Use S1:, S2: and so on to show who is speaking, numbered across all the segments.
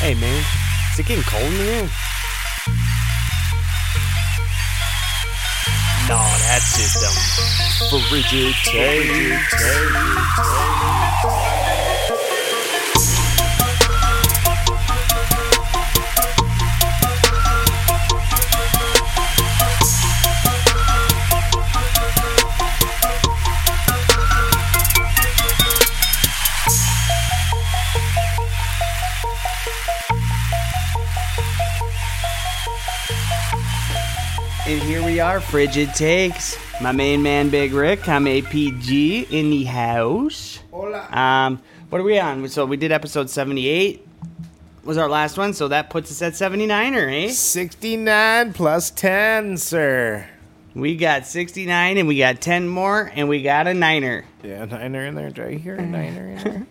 S1: Hey man, is it getting cold in here? No, that's just um frigid And here we are, frigid takes. My main man, Big Rick. I'm APG in the house. Um, what are we on? So we did episode 78 was our last one, so that puts us at 79er, eh?
S2: 69 plus 10, sir.
S1: We got 69 and we got 10 more and we got a niner.
S2: Yeah, niner in there. Did I
S1: Uh-huh.
S2: hear a niner in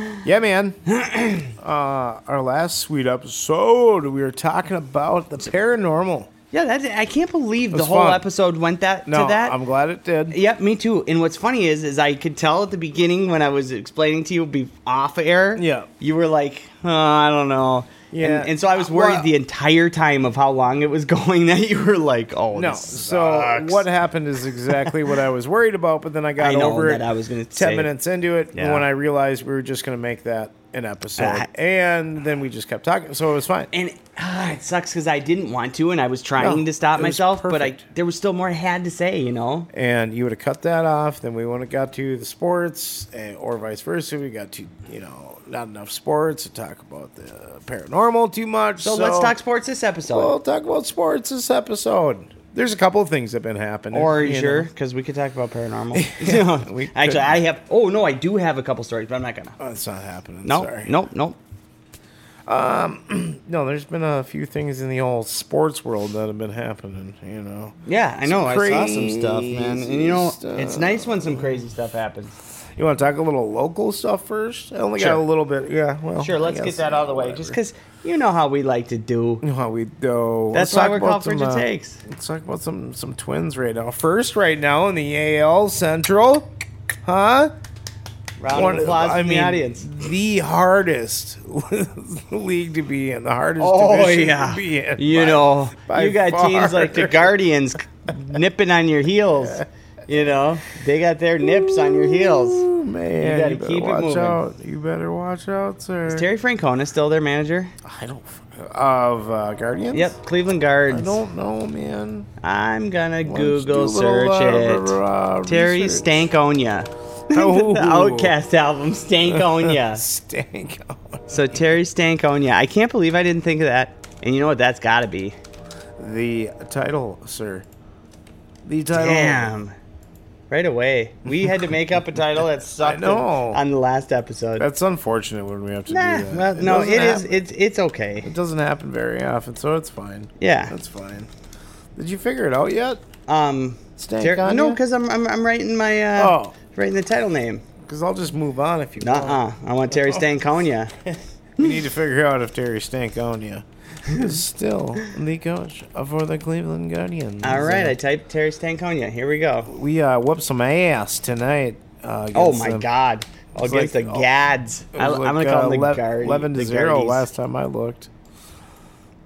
S2: there? yeah, man. uh, our last sweet episode, we were talking about the paranormal.
S1: Yeah, that's I can't believe the
S2: was
S1: whole
S2: fun.
S1: episode went that
S2: No,
S1: to that.
S2: I'm glad it did.
S1: Yep, me too. And what's funny is, is I could tell at the beginning when I was explaining to you be off air.
S2: Yeah.
S1: you were like, oh, I don't know.
S2: Yeah.
S1: and, and so I was worried
S2: Well-
S1: the entire time of how long it was going that you were like, oh,
S2: No,
S1: this
S2: so
S1: sucks.
S2: what happened is exactly what I was worried about, but then I got
S1: I know
S2: over
S1: that
S2: it.
S1: I was gonna
S2: ten
S1: say.
S2: minutes into it
S1: Yeah.
S2: when I realized we were just gonna make that an episode,
S1: Ah.
S2: and then we just kept talking, so it was fine.
S1: And ah, it sucks because I didn't want to, and I was trying
S2: No,
S1: to stop
S2: it was
S1: myself, but I
S2: perfect.
S1: there was still more I had to say, you know.
S2: and you would have cut that off. Then we wouldn't have got to the sports, eh, or vice versa. We got to you know not enough sports to talk about the paranormal too much.
S1: So, let's talk sports this episode,
S2: We'll talk about sports this episode. There's a couple of things that have been happening.
S1: or are you
S2: know.
S1: sure? Because we could talk about paranormal.
S2: we could.
S1: Actually, I have. Oh no, I do have a couple stories, but I'm not gonna.
S2: Oh, it's not happening.
S1: No,
S2: Sorry.
S1: no, no.
S2: no. There's been a few things in the old sports world that have been happening. You know.
S1: Yeah, I know. I saw some stuff, Oh,
S2: crazy
S1: man. And you know,
S2: stuff.
S1: it's nice when some crazy stuff happens.
S2: You want to talk a little local stuff first? I only got
S1: Sure.
S2: a little bit. Yeah. Well.
S1: Sure,
S2: I
S1: let's get
S2: guess,
S1: that out of the way,
S2: whatever.
S1: just because you know how we like to do.
S2: You know how we do. Let's
S1: That's why
S2: talk
S1: we're
S2: about
S1: called
S2: some,
S1: Frigid
S2: uh,
S1: Takes.
S2: Let's talk about some some twins right now. First, right now in the AL Central, huh?
S1: Round
S2: One-
S1: of applause from the audience.
S2: the hardest league to be in, the hardest
S1: Oh
S2: division
S1: yeah,
S2: to be in.
S1: you
S2: by-
S1: know,
S2: by
S1: you got teams
S2: far.
S1: like the Guardians nipping on your heels. You know, they got their nips on your heels.
S2: Ooh, man,
S1: You
S2: you,
S1: gotta
S2: better
S1: keep it
S2: watch
S1: moving.
S2: out. You better watch out, sir.
S1: Terry Francona still their manager?
S2: I don't f- of uh, Guardians.
S1: Yep, Cleveland
S2: I
S1: Guards.
S2: don't know, man.
S1: I'm gonna
S2: Why don't you do a
S1: Google
S2: little,
S1: search
S2: uh,
S1: it.
S2: r- uh,
S1: Terry
S2: research?
S1: Stankonia.
S2: Oh.
S1: the Outcast album, Stankonia.
S2: Stank. Oh,
S1: so Terry Stankonia. I can't believe I didn't think of that. And you know what? That's got to be.
S2: The title, sir. The title.
S1: Damn. Right away. We had to make up a title that sucked
S2: know.
S1: on the last episode.
S2: That's unfortunate when we have to
S1: nah,
S2: do that.
S1: well, no,
S2: doesn't
S1: it is.
S2: happen-
S1: It's it's okay.
S2: It doesn't happen very often, so it's fine.
S1: Yeah.
S2: That's fine. Did you figure it out yet?
S1: Um, Ter-
S2: Stankonia?
S1: no, because I'm, I'm I'm writing my uh,
S2: Oh.
S1: writing the title name.
S2: Because I'll just move on if you
S1: Uh
S2: want.
S1: uh I want
S2: Oh.
S1: Terry Stankonia.
S2: We need to figure out if Terry Stankonia is still the coach for the Cleveland Guardians.
S1: All right, I
S2: Uh,
S1: typed Terry Stankonia. Here we go.
S2: we uh, whooped some ass tonight. Uh,
S1: Oh
S2: against
S1: my
S2: them.
S1: God! Against
S2: like-
S1: the
S2: oh,
S1: Gads.
S2: It
S1: I,
S2: was
S1: I'm gonna
S2: like,
S1: call them the
S2: uh,
S1: Guard-
S2: 11 to
S1: the
S2: 0
S1: Guardies.
S2: last time I looked.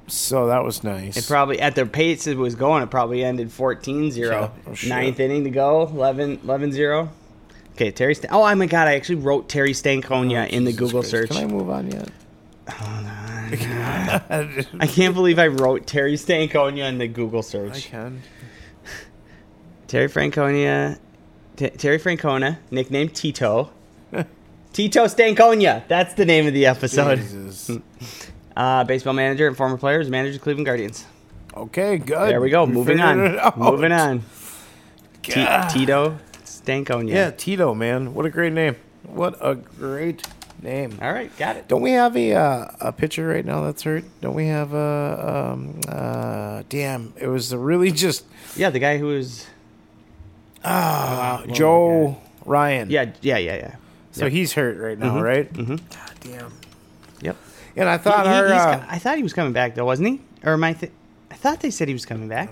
S2: So that was nice.
S1: It probably at their pace it was going, it probably ended 14 0.
S2: Yeah, oh, shit.
S1: Ninth inning to go, 11 11 0. Okay, Terry. St- oh, oh my God! I actually wrote Terry Stankonia in the
S2: Oh, Jesus
S1: Google
S2: Christ.
S1: search. Uh,
S2: Can I move on yet?
S1: I can't believe I wrote Terry Stankonia in the Google
S2: I
S1: search.
S2: can.
S1: Terry Franconia, T- Terry Francona, nicknamed Tito. Tito Stankonia. That's the name of the episode.
S2: Jesus.
S1: Uh, baseball manager and former player, who's manager of Cleveland Guardians.
S2: Okay, good.
S1: There we go. Moving
S2: figured
S1: on.
S2: it out.
S1: Moving on. T-
S2: God.
S1: Tito Stankonia.
S2: Yeah, Tito, man. What a great name. What a great name.
S1: All right, got it.
S2: Don't we have a uh, a pitcher right now that's hurt? Don't we have a um uh damn, it was really just
S1: Yeah, the guy who was. Oh,
S2: ah
S1: my
S2: Joe Ryan.
S1: Yeah, yeah, yeah, yeah.
S2: So
S1: yep.
S2: he's hurt right now, right? Mm-hmm. God damn.
S1: Yep.
S2: And I thought
S1: He- he-
S2: our
S1: he's
S2: uh,
S1: co- I thought he was coming back though, wasn't he? Or am I? Th- I thought they said he was coming back.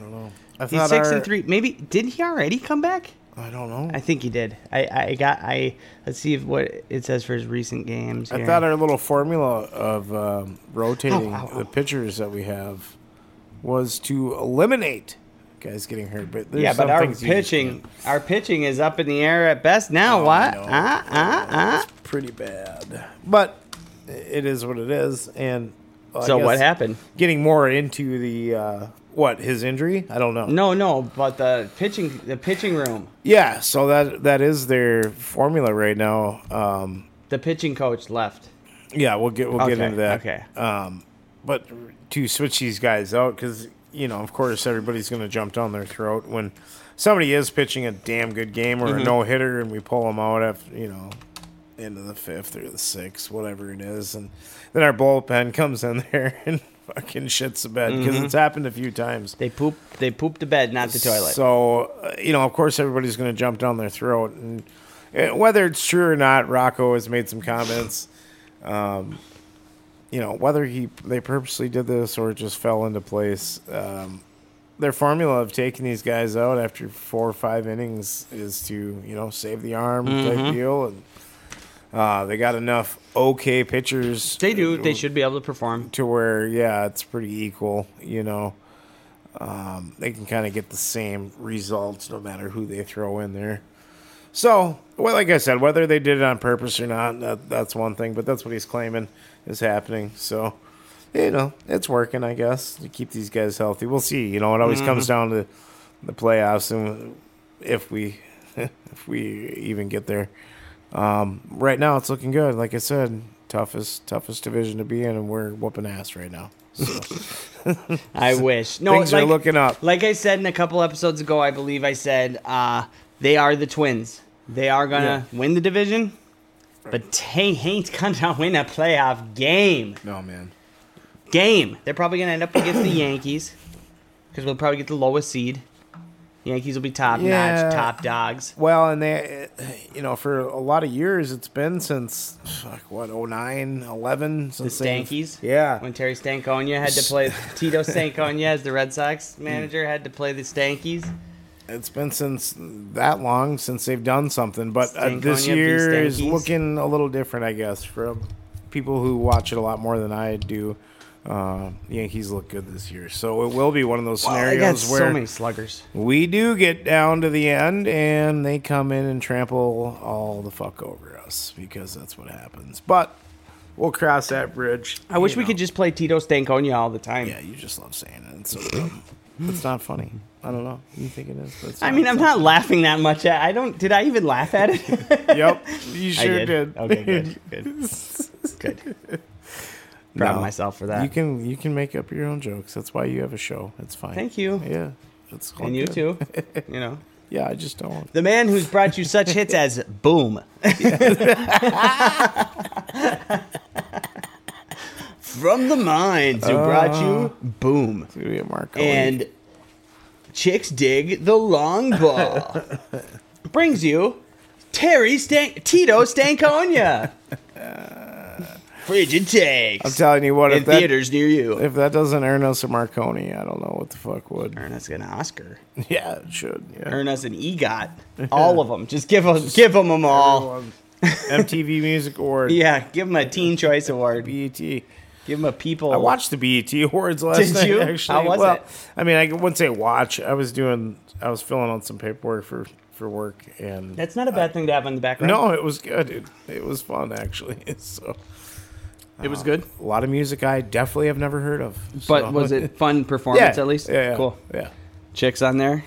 S2: I
S1: He's
S2: thought
S1: six
S2: our-
S1: and three. Maybe did he already come back?
S2: I don't know.
S1: I think he did. I, I got I let's see if what it says for his recent games.
S2: I
S1: here.
S2: thought our little formula of um, rotating
S1: Ow, ow,
S2: the
S1: ow.
S2: pitchers that we have was to eliminate guys getting hurt. But there's
S1: yeah, but
S2: some
S1: our
S2: things you just
S1: pitching,
S2: can't.
S1: our pitching is up in the air at best now.
S2: Oh,
S1: what?
S2: no.
S1: Uh, uh, uh.
S2: pretty bad. But it is what it is. And well, I
S1: So what
S2: guess
S1: happened?
S2: Getting more into the uh, what his injury? I don't know.
S1: No, no, but the pitching, the pitching room,
S2: Yeah, so that that is their formula right now. Um,
S1: the pitching coach left.
S2: yeah, we'll get we'll get
S1: Okay,
S2: into that.
S1: okay.
S2: Um, but to switch these guys out because you know, of course, everybody's going to jump down their throat when somebody is pitching a damn good game or a no hitter, and we pull them out after you know into the fifth or the sixth, whatever it is, and then our bullpen comes in there and fucking shits the bed because it's happened a few times.
S1: They poop, they pooped the bed, not the toilet.
S2: So, uh, you know, of course, everybody's going to jump down their throat. And uh, whether it's true or not, Rocco has made some comments. Um, you know, whether he they purposely did this or it just fell into place. Um, their formula of taking these guys out after four or five innings is to, you know, save the arm
S1: Mm-hmm.
S2: type deal. And uh, they got enough okay pitchers.
S1: they do.
S2: uh,
S1: They should be able to perform.
S2: to where yeah, it's pretty equal. You know, um, they can kind of get the same results no matter who they throw in there. So, well, like I said, whether they did it on purpose or not, that, that's one thing. But that's what he's claiming is happening. So, you know, it's working, I guess, to keep these guys healthy. We'll see. You know, it always comes down to the playoffs and if we if we even get there. Um, right now, it's looking good. Like I said, toughest toughest division to be in, and we're whooping ass right now. So,
S1: I wish. No,
S2: things
S1: like,
S2: are looking up.
S1: like I said in a couple episodes ago, I believe I said uh, they are the twins. They are gonna win the division, but they ain't gonna win a playoff game.
S2: No man.
S1: game. They're probably going to end up against the Yankees because we'll probably get the lowest seed. Yankees will be top
S2: Yeah.
S1: notch, top dogs.
S2: Well, and they, you know, for a lot of years, it's been since fuck, what 09, 11?
S1: The Stankies.
S2: Yeah.
S1: When Terry Stankonia had to play Tito Stankonia as the Red Sox manager had to play the Stankies.
S2: It's been since that long since they've done something, but uh, this
S1: Stankonia v.
S2: year is
S1: Stankies.
S2: looking a little different, I guess, for people who watch it a lot more than I do. Uh, Yankees look good this year, so it will be one of those
S1: I Oh, got
S2: scenarios
S1: so
S2: where
S1: many sluggers.
S2: we do get down to the end and they come in and trample all the fuck over us because that's what happens. But we'll cross that bridge.
S1: I wish
S2: you
S1: we
S2: know.
S1: could just play Tito Stankonia all the time.
S2: Yeah, you just love saying it. It's so dumb. it's not funny. I don't know. You think it is? But it's
S1: I mean, I'm not laughing that much at. I don't. Did I even laugh at it?
S2: Yep, you
S1: I
S2: sure did.
S1: Okay, good, good, good. Proud of myself for that.
S2: You can you can make up your own jokes. That's why you have a show. It's fine.
S1: Thank you.
S2: Yeah, it's all
S1: and you
S2: good.
S1: too. You know.
S2: Yeah, I just don't.
S1: The man who's brought you such hits as Boom. From the Mines, who brought you Boom.
S2: It's gonna be a Mark.
S1: And Chicks Dig the Long Ball. Brings you Terry Stan- Tito Stankonia. Frigid
S2: I'm
S1: Takes.
S2: telling you what,
S1: In
S2: if that,
S1: theaters near you.
S2: if that doesn't earn us a Marconi, I don't know what the fuck would.
S1: Earn us an Oscar.
S2: Yeah, it should. Yeah.
S1: Earn us an E EGOT. All of them. Just give them, give them, all.
S2: Everyone. MTV Music Award.
S1: Yeah, give him a Teen Choice Award.
S2: BET.
S1: Give him a People.
S2: I watched the BET Awards last
S1: Did
S2: night.
S1: you?
S2: Actually,
S1: How was
S2: well,
S1: it?
S2: I mean, I wouldn't say watch. I was doing, I was filling out some paperwork for for work, and
S1: That's not a bad thing to have in the background.
S2: no, it was good. It, it was fun actually. So
S1: it was good.
S2: a lot of music I definitely have never heard of.
S1: But
S2: So-
S1: was it fun
S2: Yeah,
S1: performance at least?
S2: Yeah, yeah,
S1: Cool.
S2: Yeah.
S1: Chicks on there,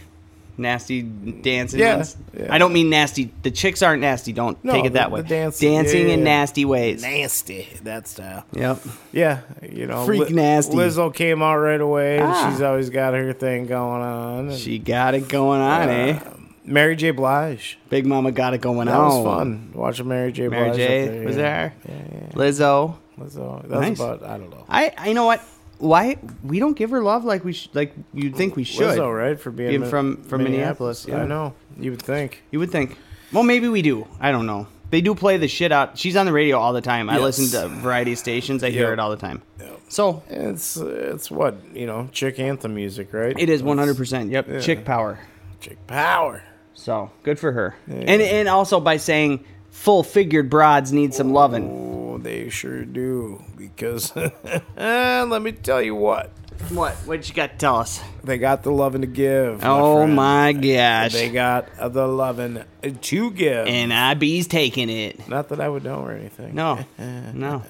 S1: nasty dancing.
S2: Yeah,
S1: ones.
S2: yeah.
S1: I don't mean nasty. The chicks aren't nasty. Don't
S2: No,
S1: take it
S2: the-
S1: that
S2: the
S1: way.
S2: dance-
S1: dancing
S2: yeah,
S1: in
S2: yeah.
S1: nasty ways.
S2: Nasty that style.
S1: Yep.
S2: Yeah, you know,
S1: Freak nasty.
S2: Lizzo came out right away.
S1: Ah.
S2: She's always got her thing going on. and,
S1: She got it going on, eh?
S2: um, Mary J. Blige.
S1: Big Mama got it going
S2: That
S1: on.
S2: was fun watching Mary J.
S1: Mary
S2: Blige. up
S1: J.
S2: there,
S1: was
S2: yeah.
S1: there.
S2: Yeah, yeah.
S1: Lizzo.
S2: Lizzo. That's
S1: Nice.
S2: about I don't know.
S1: I. I you know what. Why we don't give her love like we sh- like you'd think we should.
S2: Lizzo, right? For being,
S1: Being
S2: Mi-
S1: from- from Minneapolis, yeah.
S2: I know. You would think.
S1: You would think. Well, maybe we do. I don't know. They do play the shit out. She's on the radio all the time. I
S2: Yes.
S1: listen to a variety of stations. I hear
S2: Yep.
S1: it all the time. So
S2: It's it's what you know, chick anthem music, right?
S1: it is 100%. Yep. Chick power.
S2: Chick power.
S1: So good for her. And and also by saying full figured broads need some loving.
S2: Oh, they sure do. Because let me tell you what,
S1: What? What you got to tell us?
S2: they got the loving to give.
S1: oh
S2: friend.
S1: my gosh!
S2: They got the loving to give.
S1: and IB's taking it.
S2: Not that I would know or anything.
S1: No, no.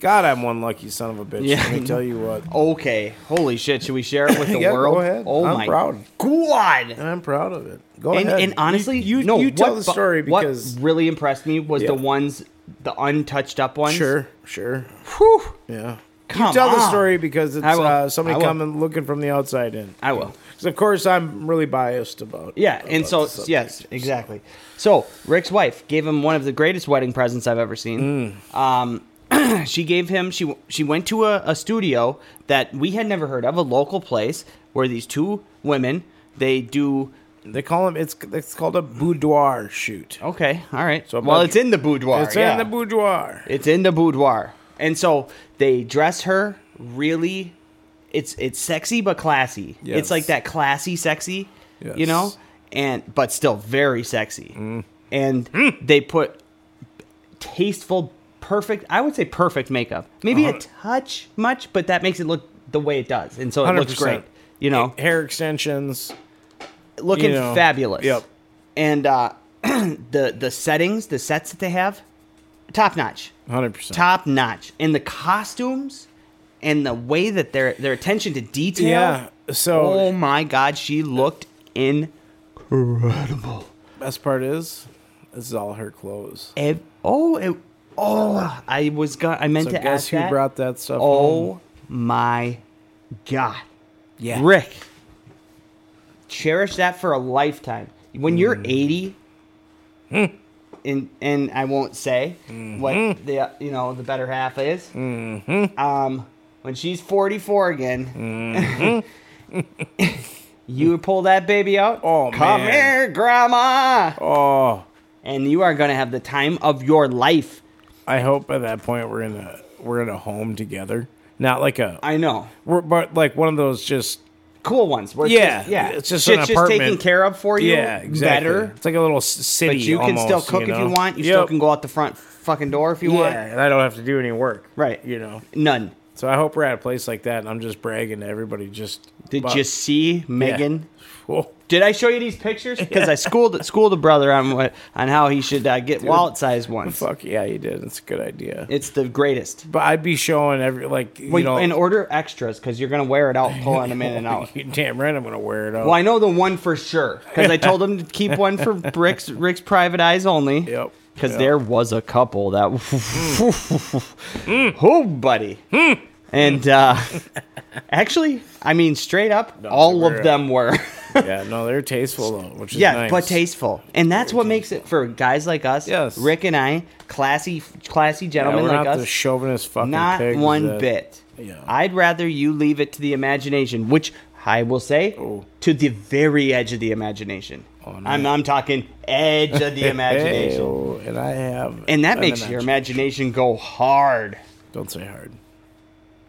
S2: God, I'm one lucky son of a bitch.
S1: Yeah.
S2: Let me tell you what.
S1: Okay, holy shit! Should we share it with the
S2: Yeah, go
S1: world?
S2: ahead.
S1: Oh
S2: I'm
S1: my
S2: proud.
S1: god!
S2: And I'm proud of it. Go
S1: And,
S2: ahead.
S1: and honestly,
S2: you you,
S1: no,
S2: you tell
S1: what
S2: the
S1: bu-
S2: story because
S1: what really impressed me was
S2: Yeah.
S1: the ones, the untouched up ones.
S2: sure, sure,
S1: Whew.
S2: yeah.
S1: Come
S2: you tell the
S1: on.
S2: story because it's
S1: I will.
S2: uh,
S1: I
S2: somebody
S1: will.
S2: coming looking from the outside in.
S1: I will.
S2: Because of course I'm really biased about.
S1: Yeah, and
S2: about
S1: so
S2: the subject.
S1: yes, exactly. So Rick's wife gave him one of the greatest wedding presents I've ever seen.
S2: Mm.
S1: Um, she gave him she she went to a, a studio that we had never heard of, a local place where these two women they do.
S2: they call him. It's it's called a boudoir shoot.
S1: Okay, all right.
S2: So
S1: well,
S2: about-
S1: it's in the Oh, boudoir.
S2: it's
S1: yeah.
S2: in the boudoir.
S1: It's in the boudoir. And so they dress her really it's it's sexy but classy. It's
S2: Yes.
S1: like that classy sexy, you
S2: Yes.
S1: know? And but still very sexy. And they put tasteful perfect, I would say perfect makeup. Maybe a touch much, but that makes it look the way it does. And so it looks
S2: 100%.
S1: great. You know,
S2: Hair extensions.
S1: looking
S2: Eh, you know,
S1: fabulous.
S2: yep.
S1: And uh the the settings, the sets that they have, top notch
S2: Hundred percent.
S1: top notch in the costumes and the way that their their attention to detail.
S2: Yeah. So
S1: Oh my god, she looked incredible.
S2: best part is, this is all her clothes.
S1: Ev- oh, it, oh, I was going I meant
S2: So
S1: to
S2: guess
S1: ask
S2: who
S1: that.
S2: brought that stuff? home?
S1: oh my god.
S2: yeah,
S1: Rick. Cherish that for a lifetime. When you're
S2: Mm.
S1: 80
S2: Hmm.
S1: and and I won't say
S2: Mm-hmm.
S1: what the uh, you know the better half is. Um when she's 44 again, you pull that baby out.
S2: Mm-hmm. Oh,
S1: come
S2: man.
S1: here, grandma.
S2: Oh,
S1: And you are going to have the time of your life.
S2: I hope by that point we're in a we're in a home together, not like a
S1: I know.
S2: we're but like one of those just
S1: Cool ones. where it's
S2: Yeah,
S1: just- yeah.
S2: it's just an
S1: Shit's just taken
S2: apartment.
S1: care of for you.
S2: yeah exactly.
S1: Better.
S2: It's like a little s- city.
S1: But you can still
S2: almost,
S1: cook if
S2: know?
S1: you want. You still
S2: Yep.
S1: can go out the front fucking door if you
S2: Yeah,
S1: want.
S2: and I don't have to do any work.
S1: Right.
S2: You know.
S1: None.
S2: So I hope we're at a place like that, and I'm just bragging to everybody. Just
S1: Did
S2: about-
S1: you see Megan?
S2: Oh,
S1: Did I show you these pictures? Because I schooled schooled a brother on what on how he should uh, get wallet sized ones.
S2: fuck yeah, you did. It's a good idea.
S1: It's the greatest.
S2: but I'd be showing every like you
S1: Well,
S2: know.
S1: and order extras because you're gonna wear it out, pulling them in and out.
S2: you damn right, I'm gonna wear it out.
S1: Well, I know the one for sure because I told him to keep one for Rick's Rick's private eyes only.
S2: Yep.
S1: Because
S2: Yep.
S1: there was a couple that, oh buddy, and uh, actually, I mean straight up, all
S2: were-
S1: of them were.
S2: yeah, no, they're tasteful though, which is
S1: yeah,
S2: nice.
S1: but tasteful, and that's what makes it for guys like us,
S2: Yes.
S1: Rick and I, classy, classy
S2: Yeah,
S1: gentlemen
S2: we're
S1: like
S2: not
S1: us,
S2: the chauvinist fucking
S1: not
S2: pigs
S1: one
S2: that-
S1: bit.
S2: Yeah.
S1: I'd rather you leave it to the imagination, which I will say
S2: Oh.
S1: to the very edge of the imagination. I'm, I'm talking edge of the
S2: Hey,
S1: imagination.
S2: oh, and I have,
S1: and that
S2: an
S1: makes your imagination go hard.
S2: Don't say hard.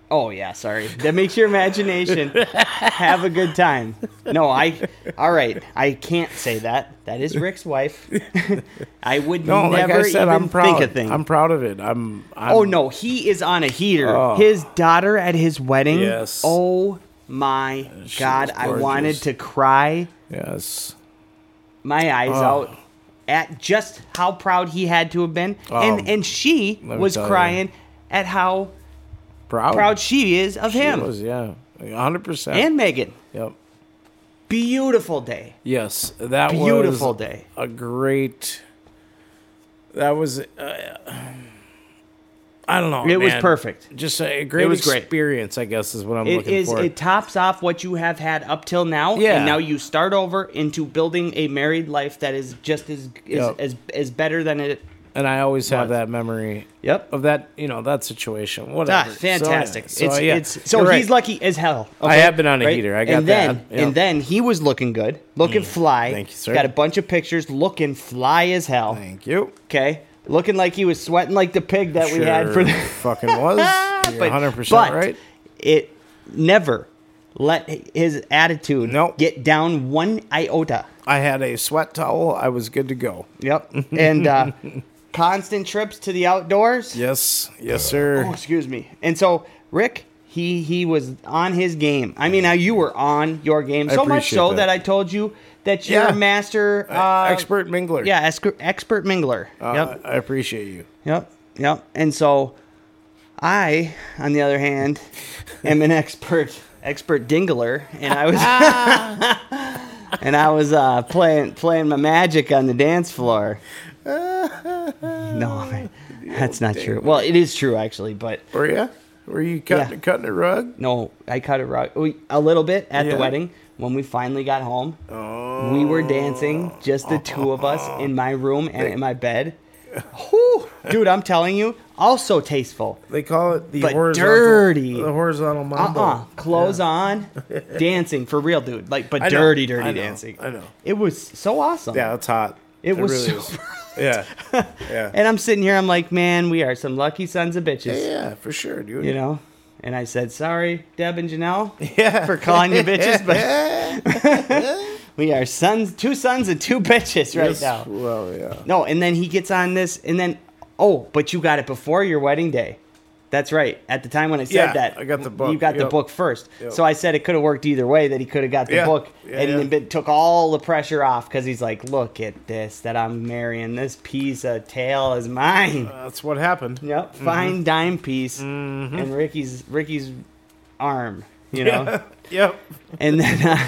S1: Oh yeah, sorry. That makes your imagination have a good time. No, I all right, I can't say that. That is Rick's wife. I would
S2: No,
S1: never
S2: like I said,
S1: even
S2: I'm proud.
S1: think a thing.
S2: I'm proud of it. I'm. I'm
S1: Oh no, he is on a heater.
S2: Oh.
S1: His daughter at his wedding.
S2: Yes.
S1: Oh my
S2: She
S1: god,
S2: was
S1: I
S2: gorgeous.
S1: wanted to cry
S2: Yes.
S1: my eyes
S2: Oh.
S1: out at just how proud he had to have been,
S2: Oh,
S1: and and she
S2: let me
S1: was
S2: tell you.
S1: crying at how
S2: Proud.
S1: proud she is of
S2: She
S1: him
S2: was, yeah. 100%.
S1: and Megan.
S2: Yep.
S1: Beautiful day.
S2: Yes. That
S1: Beautiful
S2: was
S1: day.
S2: a great. That was. Uh, I don't know.
S1: It was
S2: man.
S1: perfect.
S2: Just a great
S1: was great.
S2: experience, I guess, is what I'm
S1: It
S2: looking
S1: is.
S2: for.
S1: It tops off what you have had up till now,
S2: Yeah.
S1: and now you start over into building a married life that is just as is,
S2: Yep.
S1: as as better than it.
S2: and I always have
S1: was.
S2: that memory
S1: Yep.
S2: of that, you know, that situation.
S1: Ah,
S2: Whatever. So,
S1: fantastic.
S2: So,
S1: it's,
S2: yeah.
S1: it's, so
S2: You're
S1: he's
S2: right.
S1: lucky as hell.
S2: I
S1: okay?
S2: have been on a heater. I got
S1: and then,
S2: that. Yeah.
S1: And then he was looking good, looking fly.
S2: Thank you, sir.
S1: Got a bunch of pictures, looking fly as hell.
S2: Thank you.
S1: Okay, looking like he was sweating like the pig that we had for the
S2: fucking was. You're
S1: but-
S2: 100%
S1: but
S2: right.
S1: It never let his attitude
S2: Nope.
S1: get down one iota.
S2: I had a sweat towel. I was good to go.
S1: Yep. And uh, constant trips to the outdoors.
S2: Yes, yes,
S1: Oh,
S2: sir.
S1: excuse me. And so Rick, he he was on his game. I mean, now you were on your game
S2: I
S1: so much
S2: appreciate
S1: so
S2: that.
S1: that. I told you that you're
S2: Yeah. E-,
S1: a master uh,
S2: Expert mingler.
S1: Yeah, escr- expert mingler.
S2: Uh,
S1: yep,
S2: I appreciate you.
S1: yep, yep. And so I, on the other hand, am an expert expert dingler, and I was and I was uh, playing playing my magic on the dance floor. no, man, that's not true. Well, it is true actually, but.
S2: Were you? Were you cutting
S1: Yeah.
S2: cutting a rug?
S1: No, I cut it right we- a little bit at
S2: Yeah.
S1: the wedding. When we finally got home, we were dancing, just the two of us in my room and in my bed. Whew, dude, I'm telling you, also tasteful.
S2: They call it the
S1: But
S2: horizontal
S1: dirty.
S2: the horizontal
S1: Uh
S2: mambo.
S1: uh clothes on, dancing for real, dude. Like, but
S2: I know,
S1: dirty, dirty
S2: I know,
S1: dancing.
S2: I know.
S1: It was so awesome.
S2: Yeah, it's hot.
S1: It was
S2: is.
S1: super
S2: Yeah. Yeah.
S1: And I'm sitting here, I'm like, man, we are some lucky sons of bitches.
S2: yeah, for sure, dude.
S1: You know? And I said, sorry, Deb and Janelle,
S2: Yeah.
S1: for calling you bitches, but. We are sons, two sons and two bitches right
S2: Yes,
S1: now.
S2: Well, yeah.
S1: No, and then he gets on this, and then oh, but you got it before your wedding day. That's right. At the time when I said
S2: Yeah,
S1: that,
S2: I got the book,
S1: You got the
S2: yep.
S1: book first.
S2: Yep.
S1: So I said it could have worked either way. That he could have got the
S2: Yeah,
S1: book,
S2: yeah,
S1: and
S2: yeah.
S1: then been- took all the pressure off because he's like, "Look at this. That I'm marrying this piece of tail is mine."
S2: That's what happened.
S1: Yep, fine dime piece,
S2: Mm-hmm.
S1: and Ricky's Ricky's arm. You know
S2: Yep.
S1: and then uh,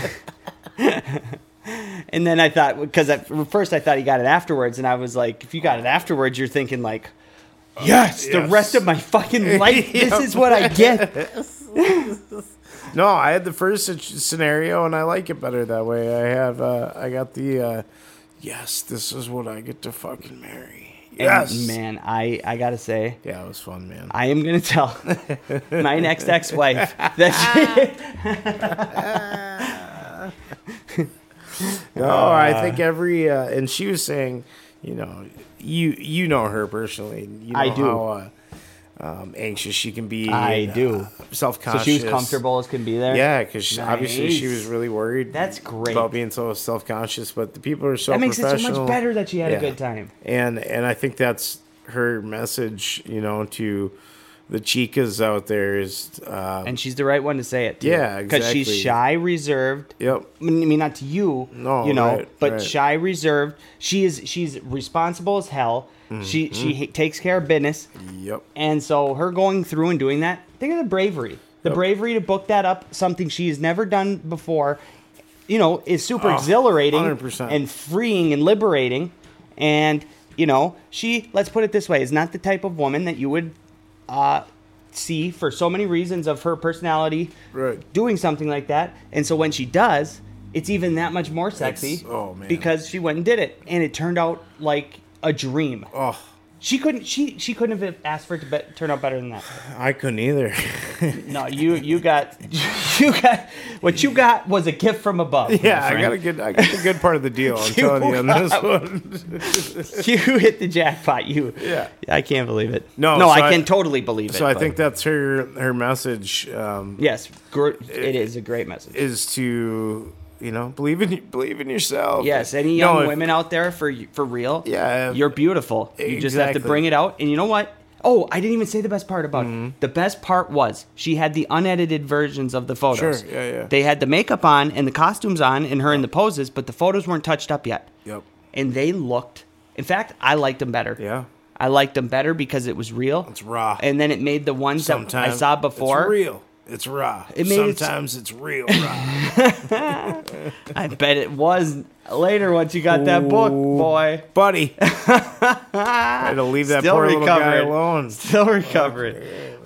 S1: and then I thought because at first I thought he got it afterwards, and I was like, if you got it afterwards, you're thinking like, yes, the
S2: Oh, yes.
S1: rest of my fucking life, this is what I get.
S2: No, I had the first sc- scenario, and I like it better that way. I have, uh, I got the, uh, yes, this is what I get to fucking marry. Yes,
S1: And, man, I I gotta say.
S2: Yeah, it was fun, man.
S1: I am gonna tell my next ex-wife that she,
S2: no, I think every, uh, and she was saying, you know, you you know her personally. and You know
S1: I do.
S2: How, uh, um, anxious she can be.
S1: I
S2: and,
S1: do.
S2: Uh, Self
S1: so
S2: conscious.
S1: she was comfortable as can be there.
S2: Yeah, because obviously she
S1: Nice.
S2: was really worried.
S1: That's great.
S2: about being so self conscious. But the people are so
S1: that makes it so
S2: professional.
S1: much better that she had
S2: Yeah.
S1: a good time.
S2: and and I think that's her message, you know, to the chicas out there is, uh,
S1: And she's the right one to say it.
S2: Yeah,
S1: Because she's
S2: exactly.
S1: shy, reserved,
S2: yep,
S1: I mean, I mean, not to you,
S2: No,
S1: you know,
S2: right,
S1: but
S2: right.
S1: shy, reserved. She is she's responsible as hell. She she
S2: Mm-hmm.
S1: ha- takes care of business,
S2: yep,
S1: and so her going through and doing that. Think of the bravery, the
S2: Yep.
S1: bravery to book that up, something she has never done before. You know, is
S2: Oh,
S1: super exhilarating
S2: 100%.
S1: and freeing and liberating, and you know, she let's put it this way is not the type of woman that you would uh, see for so many reasons of her personality
S2: right.
S1: doing something like that. And so when she does, it's even that much more sexy
S2: It's- oh, man.
S1: because she went and did it and it turned out like a dream.
S2: Oh,
S1: She couldn't she she couldn't have asked for it to be, turn out better than that.
S2: I couldn't either.
S1: No, you you got you got what you got was a gift from above. my
S2: yeah, I
S1: friend.
S2: got a good, I got a good part of the deal. I'm telling you on this one.
S1: you hit the jackpot. You
S2: Yeah.
S1: I can't believe it.
S2: No,
S1: no,
S2: so
S1: I
S2: I-
S1: can totally believe it.
S2: So I
S1: but-
S2: think that's her her message um,
S1: yes, gr- it is a great message.
S2: is to you know believe in believe in yourself.
S1: Yes, any
S2: No,
S1: young
S2: if-
S1: women out there for for real?
S2: Yeah, if-
S1: you're beautiful. You just have to
S2: Exactly.
S1: bring it out. And you know what? Oh, I didn't even say the best part about
S2: Mm-hmm.
S1: it. The best part was she had the unedited versions of the photos.
S2: Sure, yeah, yeah.
S1: They had the makeup on and the costumes on and her in the poses, but the photos weren't touched up yet.
S2: Yep.
S1: And they looked. In fact, I liked them better.
S2: Yeah.
S1: I liked them better because it was real.
S2: It's raw.
S1: And then it made the ones
S2: Sometimes
S1: that I saw before.
S2: It's real. It's raw.
S1: It made it-
S2: Sometimes it's real raw.
S1: I bet it was later once you got that book,
S2: Ooh.
S1: boy.
S2: buddy. Try to leave that
S1: Still
S2: poor little guy
S1: recovering.
S2: alone.
S1: still recovering.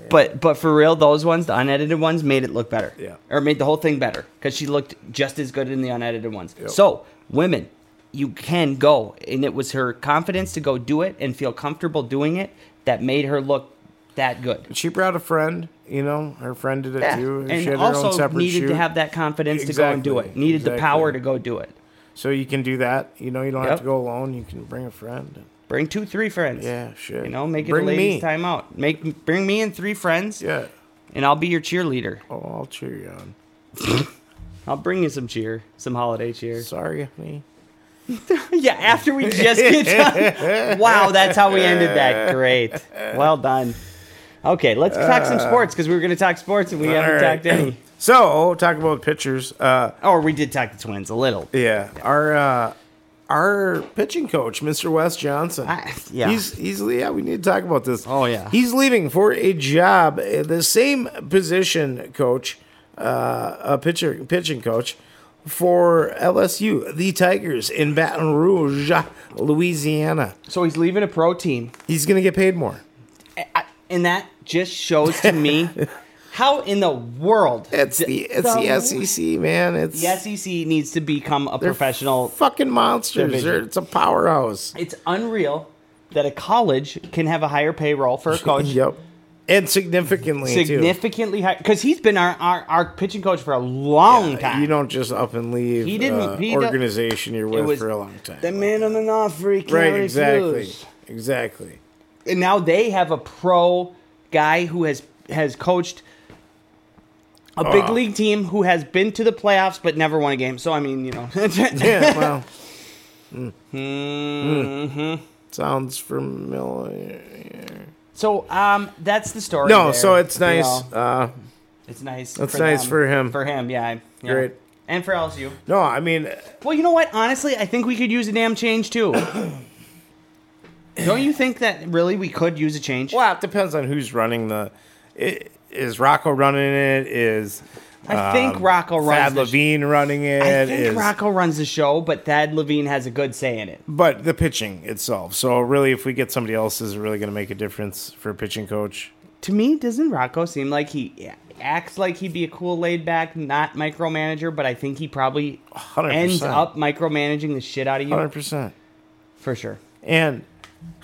S1: But but for real, those ones, the unedited ones, made it look better.
S2: Yeah.
S1: Or made the whole thing better because she looked just as good in the unedited ones.
S2: Yep.
S1: So women, you can go, and it was her confidence to go do it and feel comfortable doing it that made her look that good.
S2: She brought a friend, you know, her friend did it
S1: Yeah.
S2: too. she
S1: And
S2: had her own
S1: also
S2: separate
S1: needed
S2: shoot.
S1: to have that confidence to go and do it.
S2: Exactly,
S1: Needed the power to
S2: exactly.
S1: go do it.
S2: so you can do that. You know, you don't have
S1: Yep.
S2: to go alone. You can bring a friend.
S1: Bring two, three friends.
S2: Yeah, sure.
S1: You know, make it
S2: bring
S1: a ladies'
S2: me.
S1: time out. Make bring me and three friends,
S2: Yeah.
S1: and I'll be your cheerleader.
S2: Oh, I'll cheer you on.
S1: I'll bring you some cheer, some holiday cheer.
S2: Sorry, me.
S1: yeah, after we just get done. Wow, that's how we ended that. Great. Well done. Okay, let's talk some sports because we were going to talk sports and we haven't
S2: Uh, All right.
S1: talked any.
S2: So, talk about pitchers. Uh,
S1: Or we did talk the Twins a little.
S2: yeah, our uh, our pitching coach, Mr. Wes Johnson.
S1: I- yeah.
S2: he's he's yeah. We need to talk about this.
S1: Oh, yeah.
S2: he's leaving for a job, uh, the same position, coach, uh, a pitcher, pitching coach for LSU, the Tigers in Baton Rouge, Louisiana.
S1: So he's leaving a pro team.
S2: He's gonna get paid more.
S1: I- I- and that just shows to me how in the world
S2: It's
S1: d-
S2: the it's the, SEC, man. It's
S1: the SEC needs to become a professional.
S2: fucking monsters.
S1: Division.
S2: They're- It's a powerhouse.
S1: it's unreal that a college can have a higher payroll for a coach.
S2: Yep. And significantly too.
S1: Significantly higher because he's been our, our our pitching coach for a long time.
S2: You don't just up and leave
S1: He didn't-
S2: uh,
S1: he don't-
S2: organization you're with for a long time.
S1: The man on the off free
S2: right, exactly. Exactly.
S1: and now they have a pro guy who has has coached a big
S2: Oh.
S1: league team who has been to the playoffs but never won a game. So I mean, you know,
S2: Yeah, well. Mm.
S1: Mm-hmm.
S2: Sounds familiar.
S1: so um, that's the story.
S2: No,
S1: there,
S2: so it's
S1: you
S2: nice.
S1: know.
S2: Uh,
S1: it's nice.
S2: that's nice
S1: them.
S2: for him.
S1: For him, yeah. I- yeah.
S2: Great.
S1: And for LSU.
S2: no, I mean,
S1: Well, you know what? Honestly, I think we could use a damn change too. Don't you think that really we could use a change?
S2: well, it depends on who's running the. i- Is Rocco running it? Is
S1: I think
S2: um,
S1: Rocco runs
S2: Thad
S1: the sh-
S2: Levine running it?
S1: I think
S2: Is-
S1: Rocco runs the show, but Thad Levine has a good say in it.
S2: but the pitching itself. So really, if we get somebody else, is it really going to make a difference for a pitching coach?
S1: to me, doesn't Rocco seem like he acts like he'd be a cool, laid back, not micromanager? But I think he probably
S2: 100%.
S1: ends up micromanaging the shit out of you
S2: Hundred percent.
S1: for sure,
S2: And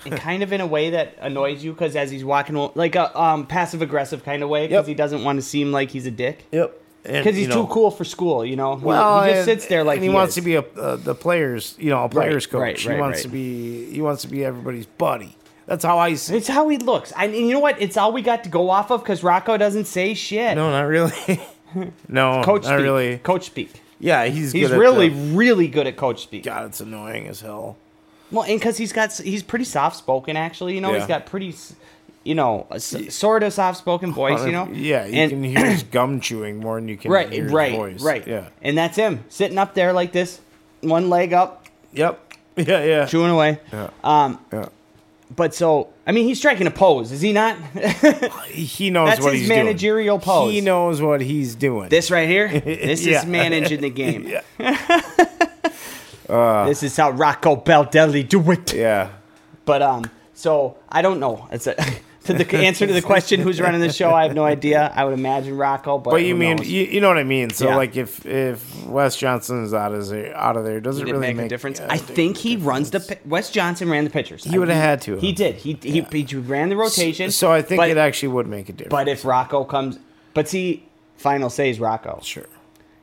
S1: and kind of in a way that annoys you because as he's walking, like a um, passive aggressive kind of way, because
S2: Yep.
S1: he doesn't want to seem like he's a dick.
S2: yep, because
S1: Because he's too cool for school, you know. He-
S2: Well,
S1: he just
S2: and-
S1: sits there like
S2: and he, wants to be a uh, the players, you know, a players coach.
S1: right,
S2: he
S1: right,
S2: wants
S1: right.
S2: to be he wants to be everybody's buddy. That's how I see.
S1: It's how he looks, I, and you know what? It's all we got to go off of because Rocco doesn't say shit.
S2: No, not really. no,
S1: coach
S2: not
S1: speak.
S2: really.
S1: Coach speak.
S2: yeah, he's
S1: He's
S2: good at
S1: really,
S2: the-
S1: really good at coach speak.
S2: God, it's annoying as hell.
S1: Well, and because he's got he's pretty soft spoken actually. You know,
S2: Yeah.
S1: he's got pretty, s- you know, a s- sort of soft spoken voice. You know,
S2: Yeah, you
S1: and,
S2: can hear his gum chewing more than you can
S1: right,
S2: hear his
S1: right,
S2: voice.
S1: right.
S2: Yeah.
S1: and that's him sitting up there like this, one leg up,
S2: Yep. Yeah. Yeah.
S1: chewing away.
S2: Yeah.
S1: Um,
S2: yeah.
S1: but so I mean, he's striking a pose, is he not?
S2: he knows
S1: That's
S2: what
S1: his
S2: he's
S1: managerial
S2: doing.
S1: pose.
S2: He knows what he's doing.
S1: this right here, this
S2: Yeah.
S1: is managing the game.
S2: yeah,
S1: This is how Rocco Baldelli do it.
S2: yeah.
S1: But um, so I don't know. It's a. To the answer to the question, who's running the show? I have no idea. I would imagine Rocco, but
S2: But you
S1: who
S2: mean
S1: knows?
S2: you, you know what I mean? So
S1: Yeah.
S2: like if if Wes Johnson is out of there, out of there, does it
S1: Did it
S2: really
S1: make, a difference? I
S2: it
S1: think he runs the. Pi- Wes Johnson ran the pitchers.
S2: He would've
S1: I-
S2: had to.
S1: He did. He, he he ran the rotation.
S2: So I think
S1: but,
S2: it actually would make a difference.
S1: But if Rocco comes, but see, final says Rocco.
S2: sure,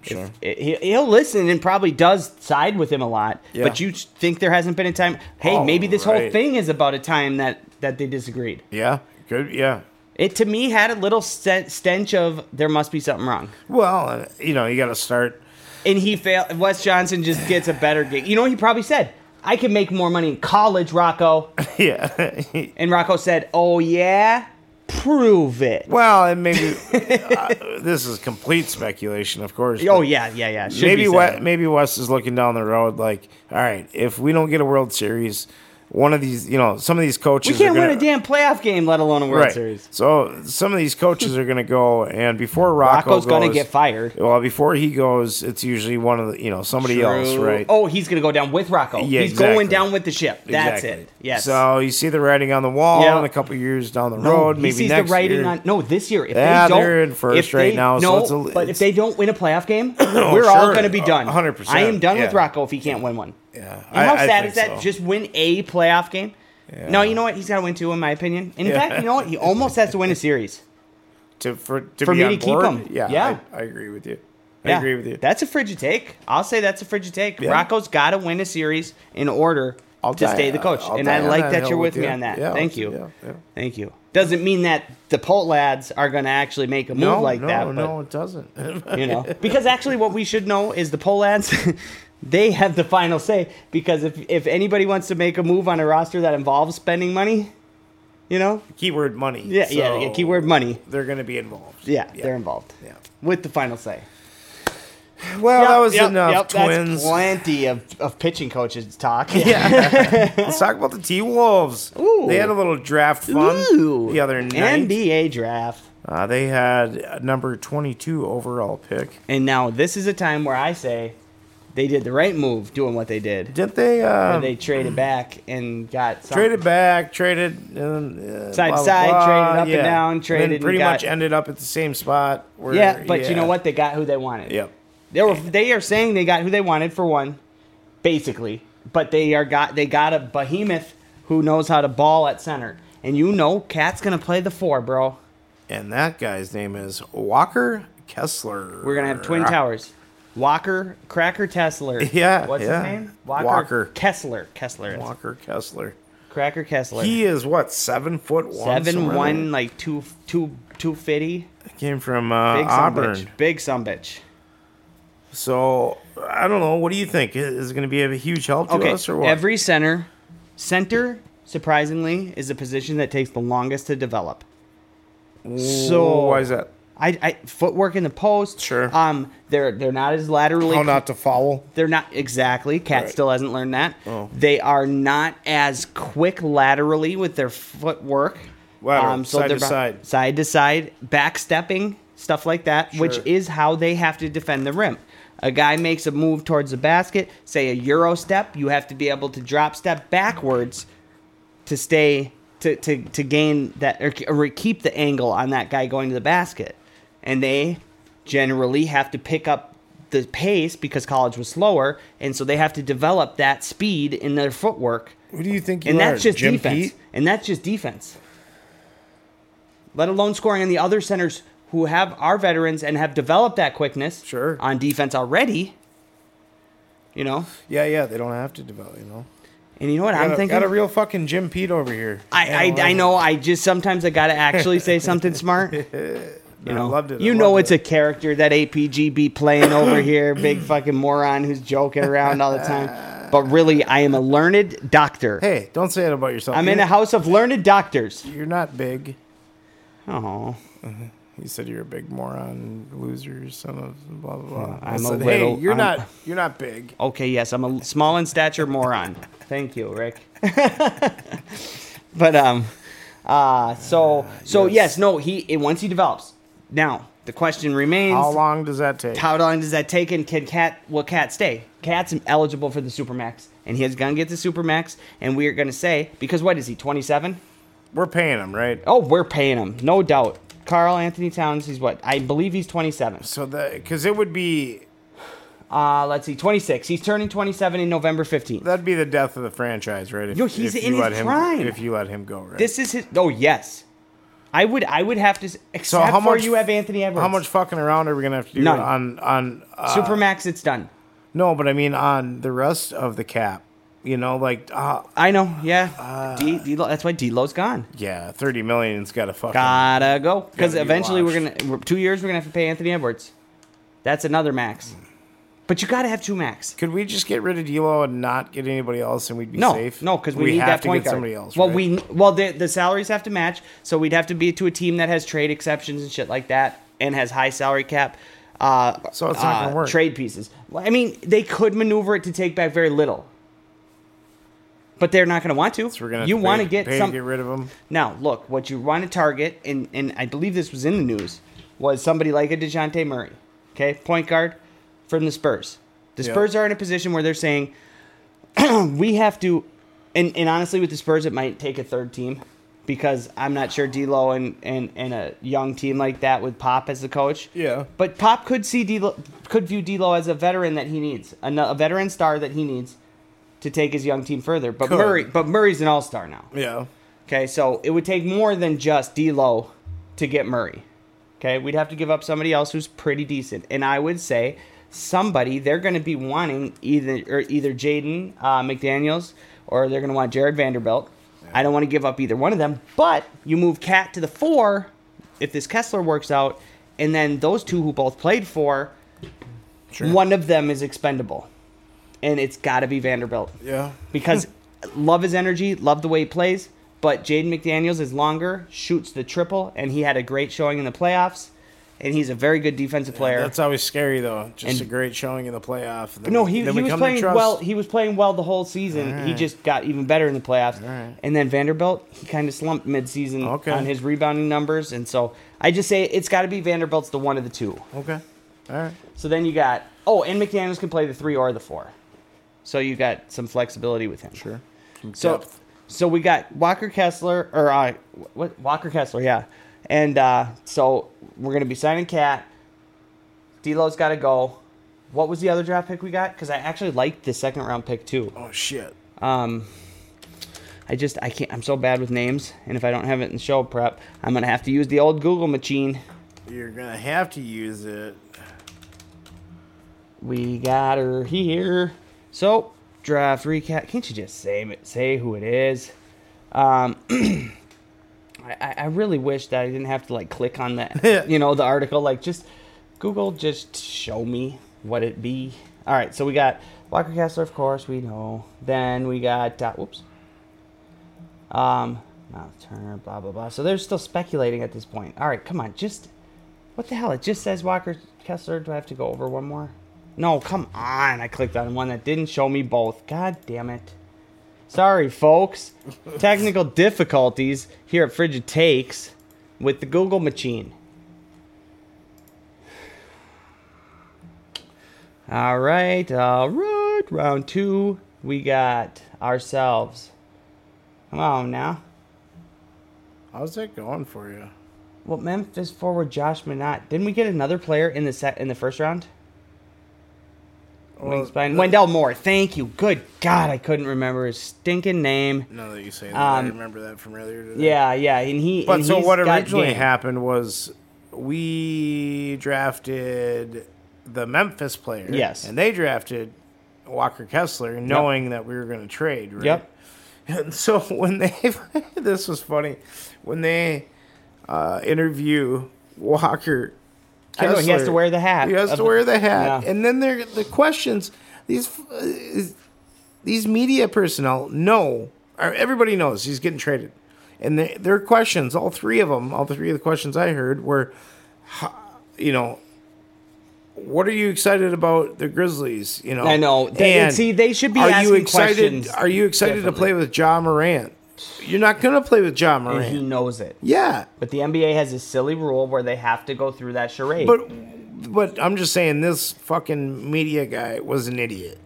S2: sure.
S1: It- He, he'll listen and probably does side with him a lot.
S2: Yeah.
S1: But you think there hasn't been a time? Hey,
S2: Oh,
S1: maybe this whole
S2: right.
S1: thing is about a time that that they disagreed.
S2: yeah, good. Yeah.
S1: It to me had a little sten- stench of there must be something wrong.
S2: Well, uh, you know, you got to start.
S1: and he failed. Wes Johnson just gets a better gig. You know, what he probably said, "I can make more money in college, Rocco."
S2: Yeah.
S1: And Rocco said, "Oh yeah, prove it."
S2: well, and maybe uh, this is complete speculation, of course.
S1: Oh
S2: but-
S1: yeah, yeah, yeah. Should
S2: maybe
S1: be said.
S2: Wes, maybe Wes is looking down the road like, all right, if we don't get a World Series, one of these, you know, some of these coaches
S1: we can't
S2: are
S1: win
S2: gonna,
S1: a damn playoff game, let alone a World
S2: right.
S1: Series.
S2: So some of these coaches are going to go, and before Rocco
S1: Rocco's gonna
S2: goes-
S1: get fired.
S2: Well, before he goes, it's usually one of the you know somebody else,
S1: True.
S2: right?
S1: Oh, he's gonna go down with Rocco.
S2: Yeah,
S1: he's
S2: exactly.
S1: going down with the ship. That's
S2: Exactly.
S1: it. Yes.
S2: So you see the writing on the wall,
S1: Yeah.
S2: and a couple years down the
S1: No,
S2: road,
S1: he
S2: maybe
S1: sees
S2: next
S1: the writing
S2: year.
S1: on. No, this year. If
S2: Yeah,
S1: they don't,
S2: they're in first
S1: if
S2: right
S1: they-
S2: now, so
S1: No,
S2: it's a-
S1: but if
S2: it's- Oh,
S1: they don't win a playoff game, we're all
S2: sure,
S1: going to be done.
S2: a hundred percent,
S1: I am done with
S2: yeah.
S1: Rocco if he can't win one.
S2: Yeah,
S1: And how
S2: I- I
S1: sad
S2: think
S1: is that?
S2: so.
S1: Just win a playoff game. No, you know what? He's got to win two, in my opinion. And in
S2: Yeah.
S1: fact, you know what? He almost has to win a series.
S2: to, for to
S1: for
S2: be
S1: me
S2: on
S1: to keep
S2: board,
S1: him.
S2: Yeah,
S1: Yeah.
S2: I, I agree with you. I
S1: Yeah.
S2: agree with you.
S1: That's a frigid take. I'll say that's a frigid take.
S2: Yeah.
S1: Rocco's got to win a series in order
S2: I'll
S1: to
S2: die-
S1: stay the coach.
S2: I'll
S1: and
S2: die
S1: I
S2: on
S1: like that
S2: hill
S1: you're with
S2: you.
S1: me on that.
S2: Yeah,
S1: Thank you.
S2: yeah, yeah.
S1: Thank you. Doesn't mean that the Polt lads are going to actually make a move
S2: No,
S1: like
S2: no,
S1: that. But,
S2: no, it doesn't.
S1: you know because actually what we should know is the poll ads they have the final say because if if anybody wants to make a move on a roster that involves spending money you know
S2: keyword money.
S1: yeah yeah,
S2: so
S1: yeah keyword money
S2: They're going to be involved.
S1: yeah, they're involved
S2: Yeah.
S1: with the final say
S2: Well, that was
S1: Yep,
S2: enough.
S1: yep, that's
S2: Twins.
S1: plenty of, of pitching coaches talk
S2: Yeah. Let's talk about the T Wolves.
S1: Ooh.
S2: They had a little draft fun
S1: Ooh,
S2: the other night.
S1: nba draft
S2: Uh, they had a number 22 overall pick.
S1: and now this is a time where i say they did the right move doing what they did
S2: Didn't they? Uh,
S1: Where they traded back and got some,
S2: traded back, traded um, uh,
S1: Side to
S2: blah, blah,
S1: side,
S2: blah,
S1: traded up and
S2: yeah.
S1: down,
S2: then
S1: traded and
S2: pretty
S1: got-
S2: much ended up at the same spot. Where,
S1: yeah but you know what they got who they wanted
S2: Yep.
S1: They were they are saying they got who they wanted for one, basically. But they are got they got a behemoth who knows how to ball at center. And you know Cat's gonna play the four, bro.
S2: And that guy's name is Walker Kessler.
S1: We're gonna have twin towers. Walker Cracker Tesler.
S2: Yeah,
S1: What's
S2: yeah.
S1: his name?
S2: Walker.
S1: Kessler. Kessler. that's-
S2: Walker Kessler.
S1: Cracker Kessler.
S2: He is what seven foot one.
S1: Seven
S2: somewhere
S1: one like two two two fifty.
S2: there? Came from uh,
S1: Big son
S2: Auburn.
S1: bitch. Big son bitch.
S2: So I don't know. What do you think? Is is it going to be a huge help to
S1: Okay.
S2: us or what?
S1: Every center, center surprisingly is the position that takes the longest to develop. So
S2: why is that?
S1: I, I footwork in the post.
S2: Sure.
S1: Um, they're they're not as laterally.
S2: How not to foul?
S1: They're not exactly. Cat
S2: Right.
S1: still hasn't learned that.
S2: Oh.
S1: They are not as quick laterally with their footwork.
S2: Lateral,
S1: Um,
S2: side to
S1: pro-
S2: side.
S1: side to side, backstepping, stuff like that, which
S2: Sure.
S1: is how they have to defend the rim. A guy makes a move towards the basket, say a euro step. You have to be able to drop step backwards to stay to to, to gain that or, or keep the angle on that guy going to the basket and they generally have to pick up the pace because college was slower and so they have to develop that speed in their footwork
S2: Who do you think? You
S1: and
S2: are,
S1: that's just
S2: Jim
S1: defense
S2: Pete?
S1: and that's just defense let alone scoring on the other centers who have our veterans and have developed that quickness
S2: Sure.
S1: on defense already you know
S2: Yeah, yeah. They don't have to develop. You know.
S1: and you know what i'm
S2: got a,
S1: thinking
S2: got a real fucking Jim Pete over here.
S1: I, I, I
S2: Analyzing.
S1: know. I just sometimes I gotta actually say something smart. You know,
S2: loved it, I
S1: You know,
S2: loved
S1: it's a character that APG be playing over here, big fucking moron who's joking around all the time. But really, I am a learned doctor.
S2: Hey, don't say it about yourself.
S1: I'm in
S2: You're-
S1: a house of learned doctors.
S2: You're not big.
S1: Oh,
S2: You said you're a big moron, loser, son of blah blah blah. I
S1: Hmm, I'm a
S2: said,
S1: little-
S2: hey, you're not
S1: I'm-
S2: you're not big.
S1: okay. Yes, I'm a small in stature moron. Thank you, Rick. but um, uh, so so yes.
S2: yes.
S1: no. He it, once he develops. Now the question remains:
S2: How long does that take?
S1: how long does that take? And can Cat will Cat stay? Cat's eligible for the Supermax, and he's gonna get the Supermax. And we are gonna say because what is he? Twenty seven?
S2: We're paying him, right?
S1: Oh, we're paying him, no doubt. Carl Anthony Towns, he's what? I believe he's twenty seven.
S2: So that because it would be
S1: Uh, let's see, twenty six. He's turning twenty seven in November fifteenth.
S2: that'd be the death of the franchise, right? If,
S1: Yo, he's
S2: if
S1: in
S2: you
S1: his
S2: let him,
S1: prime.
S2: If you let him go, right?
S1: This is his. Oh yes, I would. I would have to. s-
S2: so
S1: Except
S2: how
S1: for
S2: much
S1: you have Anthony Edwards?
S2: How much fucking around are we gonna have to do
S1: None.
S2: on on uh,
S1: Supermax? It's done.
S2: No, but I mean on the rest of the cap. You know, like uh,
S1: I know. Yeah. D, D, that's why D'Lo's gone.
S2: yeah, thirty million's got to fucking.
S1: Gotta go because
S2: Gotta be
S1: eventually we're
S2: watched.
S1: gonna we're- two years we're gonna have to pay Anthony Edwards. That's another max, but you gotta have two max.
S2: Could we just get rid of D'Lo and not get anybody else, and we'd be
S1: No,
S2: safe?
S1: no, because we,
S2: We
S1: need
S2: have
S1: that
S2: to
S1: point
S2: get
S1: guard.
S2: somebody else.
S1: well,
S2: right?
S1: we well the the salaries have to match, so we'd have to be to a team that has trade exceptions and shit like that, and has high salary cap. Uh,
S2: So it's not gonna
S1: uh,
S2: work.
S1: Trade pieces. Well, I mean, they could maneuver it to take back very little, but they're not gonna want to.
S2: So we're gonna have
S1: you
S2: to
S1: want
S2: pay-
S1: get
S2: pay
S1: some
S2: to get rid of him.
S1: Now, look, what you want to target, and, and I believe this was in the news, was somebody like a DeJounte Murray, okay, point guard from the Spurs. The
S2: Yeah.
S1: Spurs are in a position where they're saying, we have to, and, and honestly, with the Spurs, it might take a third team because I'm not sure D'Lo and, and, and a young team like that with Pop as the coach.
S2: Yeah.
S1: But Pop could see D'Lo, could view D'Lo as a veteran that he needs, a, a veteran star that he needs to take his young team further. But
S2: Could.
S1: Murray, but Murray's an all-star now.
S2: Yeah.
S1: Okay, so it would take more than just D'Lo to get Murray. Okay, we'd have to give up somebody else who's pretty decent, and I would say somebody they're going to be wanting either or either Jaden uh, McDaniels or they're going to want Jared Vanderbilt. I don't want to give up either one of them, but you move Cat to the four if this Kessler works out, and then those two who both played for,
S2: Sure.
S1: one of them is expendable, and it's got to be Vanderbilt
S2: Yeah.
S1: because love his energy, love the way he plays. But Jaden McDaniels is longer, shoots the triple, and he had a great showing in the playoffs, and he's a very good defensive player.
S2: That's always scary though. Just
S1: And-
S2: a great showing in the playoff. and then
S1: no,
S2: we-
S1: he,
S2: then
S1: he
S2: we
S1: was
S2: come to
S1: playing
S2: trust-
S1: well. He was playing well the whole season. He
S2: Alright.
S1: just got even better in the playoffs.
S2: Alright.
S1: And then Vanderbilt, he kind of slumped midseason
S2: Okay.
S1: on his rebounding numbers, and so I just say it's got to be Vanderbilt's the one of the two.
S2: Okay. All right.
S1: So then you got oh, and McDaniels can play the three or the four, so you got some flexibility with him.
S2: Sure. Some
S1: So,
S2: depth.
S1: so we got Walker Kessler, or uh, what? Walker Kessler, yeah. And uh, so we're gonna be signing Cat. D'Lo's got to go. What was the other draft pick we got? Because I actually liked the second round pick too.
S2: Oh shit.
S1: Um, I just I can't. I'm so bad with names, and if I don't have it in show prep, I'm gonna have to use the old Google machine.
S2: You're gonna have to use it.
S1: We got her here. So draft recap. Can't you just say it? Say who it is. Um, I- I, I really wish that I didn't have to like click on that. you know the article. Like just Google. Just show me what it be. All right. So we got Walker Kessler, of course we know. Then we got uh, whoops. Um, Miles Turner. Blah blah blah. So they're still speculating at this point. All right. Come on. Just what the hell? It just says Walker Kessler. Do I have to go over one more? No, come on. I clicked on one that didn't show me both. God damn it. Sorry, folks. Technical difficulties here at Frigid Takes with the Google machine. All right, all right. Round two. We got ourselves. Come on now.
S2: How's that going for you?
S1: Well, Memphis forward Josh Minot. Didn't we get another player in the set in the first round?
S2: Well,
S1: Wingspan.
S2: that-
S1: Wendell Moore. Thank you. Good God, I couldn't remember his stinking name.
S2: Now that you say that,
S1: Um,
S2: I remember that from earlier today.
S1: Yeah, yeah, and he.
S2: But
S1: and
S2: so
S1: he's
S2: what
S1: got
S2: originally
S1: game.
S2: happened was we drafted the Memphis player.
S1: Yes.
S2: And they drafted Walker Kessler knowing that we were going to trade, right?
S1: Yep.
S2: And so when they this was funny. When they uh, interview Walker
S1: I know, he has
S2: Kessler,
S1: to wear the hat
S2: He has
S1: of
S2: to
S1: the-
S2: wear the hat.
S1: Yeah.
S2: And then there the questions these uh, these media personnel know, or everybody knows he's getting traded. And they, their questions, all three of them, all three of the questions I heard were, ho- you know, what are you excited about the Grizzlies? You know,
S1: I know. They- and see, they should be asking
S2: excited?
S1: questions
S2: Are you excited to play with John Morant? You're not going to play with John
S1: And
S2: Morant.
S1: he knows it.
S2: yeah,
S1: But the NBA has this silly rule where they have to go through that charade.
S2: but but I'm just saying this fucking media guy was an idiot.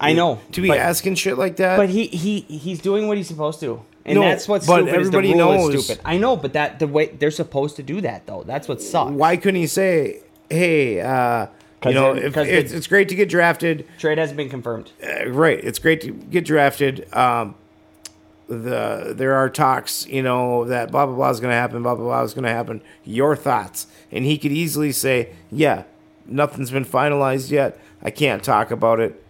S1: I know.
S2: to be
S1: but,
S2: asking shit like that.
S1: But he he he's doing what he's supposed to. And
S2: No,
S1: that's what's
S2: but
S1: stupid. is the
S2: everybody
S1: rule is
S2: knows.
S1: stupid. I know, but that the way they're supposed to do that though. That's what sucks.
S2: why couldn't he say, "Hey, uh, you know,
S1: it-
S2: if,
S1: 'cause
S2: it's,
S1: it-
S2: it's great to get drafted.
S1: Trade hasn't been confirmed.
S2: Uh, right, it's great to get drafted. Um, the there are talks, you know, that blah blah blah is going to happen, blah blah blah is going to happen. Your thoughts?" And he could easily say, "Yeah, nothing's been finalized yet. I can't talk about it."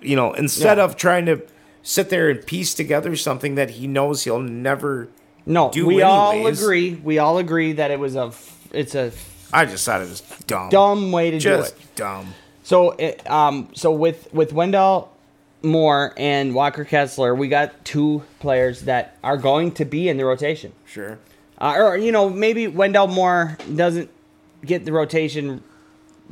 S2: You know, instead
S1: Yeah.
S2: of trying to sit there and piece together something that he knows he'll never.
S1: No,
S2: do
S1: we all
S2: anyways.
S1: agree. We all agree that it was a f- it's a
S2: I just thought it was dumb.
S1: dumb way to do it.
S2: Just dumb.
S1: So it, um so with with Wendell Moore and Walker Kessler, we got two players that are going to be in the rotation.
S2: Sure.
S1: Uh, or you know maybe Wendell Moore doesn't get the rotation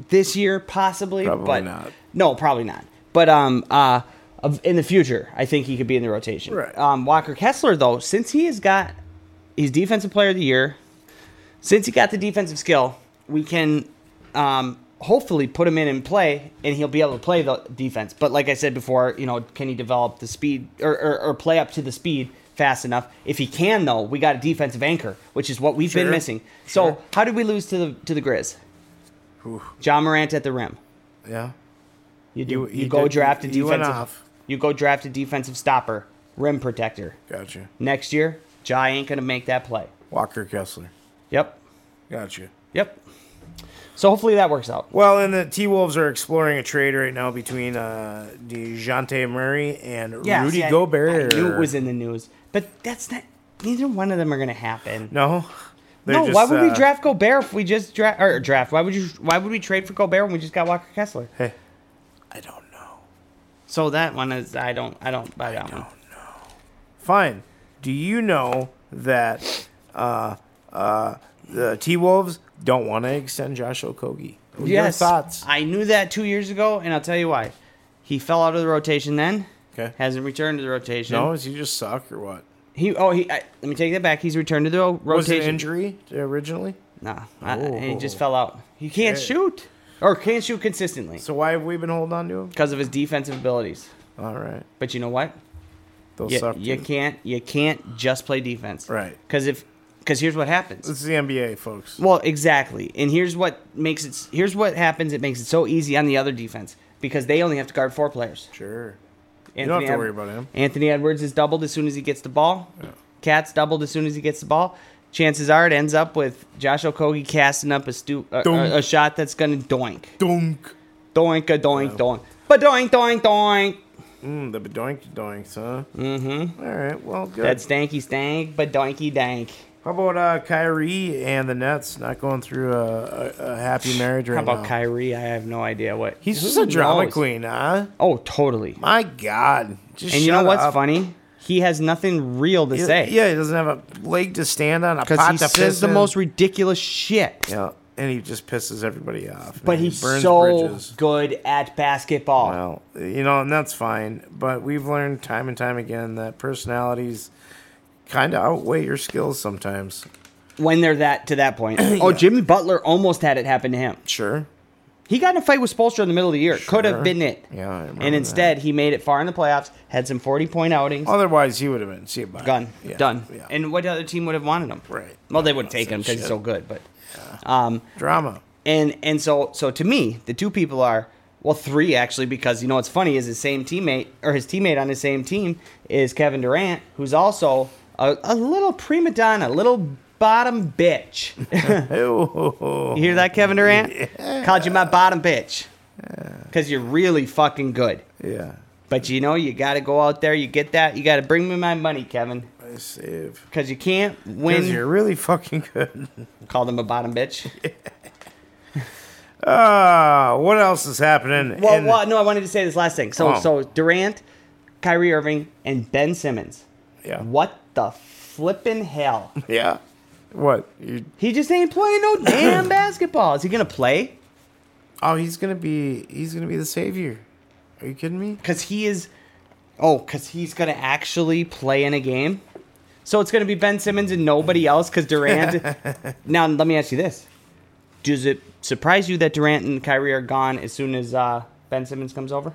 S1: this year possibly,
S2: Probably
S1: but
S2: not.
S1: no, probably not. But um uh of, in the future, I think he could be in the rotation.
S2: Right.
S1: Um, Walker Kessler though, since he has got he's defensive player of the year, since he got the defensive skill, we can um, hopefully put him in and play, and he'll be able to play the defense. But like I said before, you know, can he develop the speed or, or, or play up to the speed fast enough? If he can, though, we got a defensive anchor, which is what we've been
S2: Sure.
S1: missing.
S2: Sure.
S1: So how did we lose to the to the Grizz? John Morant at the rim.
S2: Yeah.
S1: You do.
S2: You-
S1: You,
S2: you
S1: go
S2: did-
S1: draft a
S2: you went
S1: defensive.
S2: off.
S1: You go draft a defensive stopper, rim protector.
S2: Gotcha.
S1: Next year, Jai ain't gonna make that play.
S2: Walker Kessler.
S1: Yep.
S2: Gotcha.
S1: Yep. So hopefully that works out.
S2: Well, and the T Wolves are exploring a trade right now between uh, DeJounte Murray and
S1: Yeah,
S2: Rudy
S1: see, I-
S2: Gobert.
S1: I knew it was in the news, but that's not. Neither one of them are going to happen.
S2: no. They're
S1: No,
S2: just,
S1: why would we
S2: uh,
S1: draft Gobert if we just draft or draft? Why would you? Why would we trade for Gobert when we just got Walker Kessler?
S2: I don't know.
S1: So that one is I don't I don't buy that one.
S2: Fine. Do you know that uh, uh, the T Wolves don't want to extend Josh Okogie? What are
S1: Yes,
S2: Your thoughts?
S1: I knew that two years ago, and I'll tell you why. He fell out of the rotation then.
S2: Okay.
S1: Hasn't returned to the rotation.
S2: No, does he just suck or what?
S1: He oh he I, let me take that back. He's returned to the rotation.
S2: Was it injury originally?
S1: Nah, I- I- he just
S2: Oh.
S1: fell out. He can't
S2: Shit.
S1: shoot or can't shoot consistently
S2: So why have we been holding on to him?
S1: because of his defensive abilities.
S2: All right.
S1: But you know what?
S2: They'll
S1: You,
S2: suck.
S1: you
S2: too.
S1: can't you can't just play defense.
S2: Right.
S1: Because if because here's what happens.
S2: This is the NBA, folks.
S1: Well, exactly. And here's what makes it here's what happens. It makes it so easy on the other defense because they only have to guard four players.
S2: Sure.
S1: Anthony
S2: don't have to
S1: Ed-
S2: worry about him.
S1: Anthony Edwards is doubled as soon as he gets the ball. Cat's doubled as soon as he gets the ball. Chances are it ends up with Josh Okogie casting up a stu- a,
S2: Dunk.
S1: a, a shot that's gonna doink,
S2: Dunk.
S1: doink a doink doink, but doink doink doink.
S2: Mm, the bedoink doinks, huh? Mm-hmm. All right. Well, good.
S1: That stanky stank, but doinky dank.
S2: How about uh, Kyrie and the Nets not going through a, a, a happy marriage right
S1: How about
S2: now?
S1: Kyrie? I have no idea what
S2: He's
S1: who
S2: just a drama
S1: knows?
S2: queen, huh?
S1: Oh, totally.
S2: My God. Just
S1: And you know
S2: shut
S1: what's
S2: up.
S1: funny? He has nothing real to
S2: Yeah,
S1: say.
S2: Yeah, he doesn't have a leg to stand on, a
S1: Because
S2: pot
S1: he
S2: to
S1: says
S2: piss
S1: the
S2: in.
S1: most ridiculous shit.
S2: Yeah, and he just pisses everybody off.
S1: But
S2: man. He
S1: he's so good at basketball.
S2: Well, you know, and that's fine. But we've learned time and time again that personalities kind of outweigh your skills sometimes.
S1: When they're that to that point. Oh, Jimmy Butler almost had it happen to him.
S2: Sure.
S1: He got in a fight with Spolstra in the middle of the year. Could
S2: Sure.
S1: have been it.
S2: Yeah, I remember
S1: And
S2: that.
S1: instead, he made it far in the playoffs. Had some forty-point outings.
S2: Otherwise, he would have been see you, bye.
S1: Done.
S2: Yeah,
S1: Done.
S2: Yeah.
S1: And what other team would have wanted him?
S2: Right.
S1: Well, they
S2: Yeah,
S1: would have taken him
S2: that's
S1: because he's
S2: shit.
S1: so good. But, um,
S2: drama.
S1: and and so so to me, the two people are well, three actually, because you know what's funny is his same teammate or his teammate on his same team is Kevin Durant, who's also a, a little prima donna, little bottom bitch.
S2: Ew.
S1: You hear that, Kevin Durant? Called you my bottom bitch because you're really fucking good.
S2: Yeah.
S1: But you know you got to go out there. You get that. You got to bring me my money, Kevin,
S2: I save.
S1: because you can't win.
S2: Because you're really fucking good.
S1: Called him a bottom bitch.
S2: Ah, what else is happening?
S1: Well,
S2: in-
S1: well, no, I wanted to say this last thing. So,
S2: Oh.
S1: so Durant, Kyrie Irving, and Ben Simmons.
S2: Yeah.
S1: What the flippin' hell?
S2: Yeah. What? You,
S1: He just ain't playing no damn basketball. Is he gonna play?
S2: oh, he's gonna be. He's gonna be the savior. Are you kidding me?
S1: Cause he is. Oh, cause he's gonna actually play in a game. So it's gonna be Ben Simmons and nobody else. Cause Durant. now let me ask you this: Does it surprise you that Durant and Kyrie are gone as soon as uh, Ben Simmons comes over?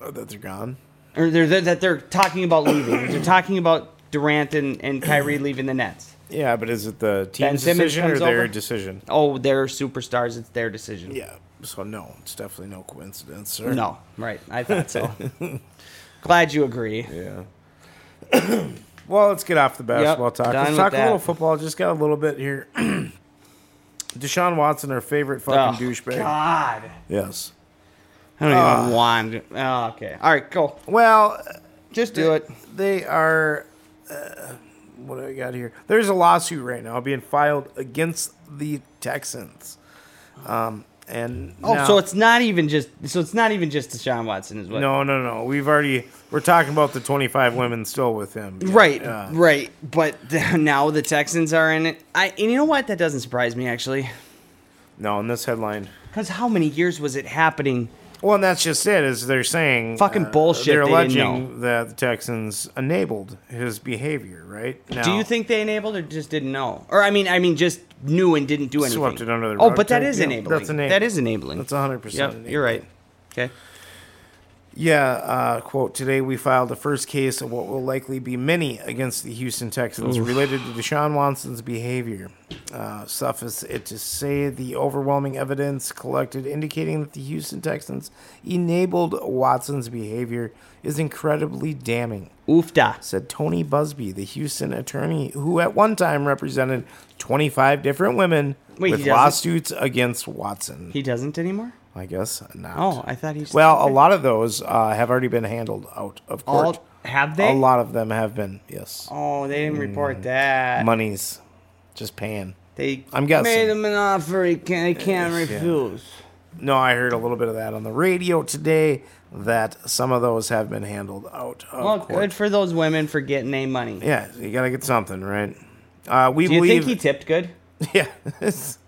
S2: Oh, that they're gone.
S1: or they're, they're, that they're talking about leaving. they're talking about Durant and, and Kyrie leaving the Nets.
S2: Yeah, but is it the
S1: Ben
S2: team's
S1: Simmons
S2: decision or
S1: comes
S2: their
S1: over?
S2: decision?
S1: Oh, they're superstars. It's their decision.
S2: Yeah. So no, it's definitely no coincidence, sir.
S1: No, right. I thought so. Glad you agree.
S2: Yeah. well, let's get off the basketball talk.
S1: done
S2: Let's
S1: with
S2: talk a
S1: that.
S2: little football. Just got a little bit here. Deshaun Watson, our favorite
S1: Oh,
S2: fucking douchebag.
S1: God.
S2: Yes.
S1: I don't even want. to- Oh, okay. All right, go.
S2: Well,
S1: Just do it.
S2: they are. Uh, what do I got here? There's a lawsuit right now being filed against the Texans. Um, and
S1: Oh,
S2: now-
S1: so it's not even just. So it's not even just Deshaun Watson, is what?
S2: no, no, no. We've already we're talking about the 25 women still with him.
S1: Right,
S2: Yeah.
S1: right. But now the Texans are in it. I and you know what? That doesn't surprise me actually.
S2: No, in this headline.
S1: Because how many years was it happening?
S2: Well, and that's just it. Is they're saying uh,
S1: Fucking bullshit
S2: They're
S1: they didn't
S2: alleging that the Texans enabled his behavior. Right now,
S1: Do you think they enabled or just didn't know? Or I mean, I mean, just knew and didn't do anything.
S2: Swept it under the
S1: oh,
S2: rug
S1: but that
S2: type
S1: is
S2: deal?
S1: enabling.
S2: That's enabling.
S1: That is enabling.
S2: that's 100? percent
S1: Yep, you're right. Okay.
S2: Yeah, uh, quote, today we filed the first case of what will likely be many against the Houston Texans related to Deshaun Watson's behavior. Uh, suffice it to say, the overwhelming evidence collected indicating that the Houston Texans enabled Watson's behavior is incredibly damning,
S1: Oofda.
S2: said Tony Busby, the Houston attorney who at one time represented 25 different women
S1: Wait, he
S2: with
S1: doesn't?
S2: lawsuits against Watson.
S1: He doesn't anymore?
S2: I guess not.
S1: Oh, I thought he.
S2: Well, a lot of those uh, have already been handled out of court.
S1: All, have they?
S2: A lot Mm. of them have been, yes.
S1: Oh, they didn't report that.
S2: Monies, just paying.
S1: They
S2: I'm guessing.
S1: made him an offer he can't, he can't
S2: Yes, yeah.
S1: refuse.
S2: No, I heard a little bit of that on the radio today that some of those have been handled out of
S1: Well,
S2: court.
S1: good for those women for getting a money.
S2: Yeah, you gotta get something right. Uh, we
S1: Do you
S2: believe.
S1: think he tipped good?
S2: yeah,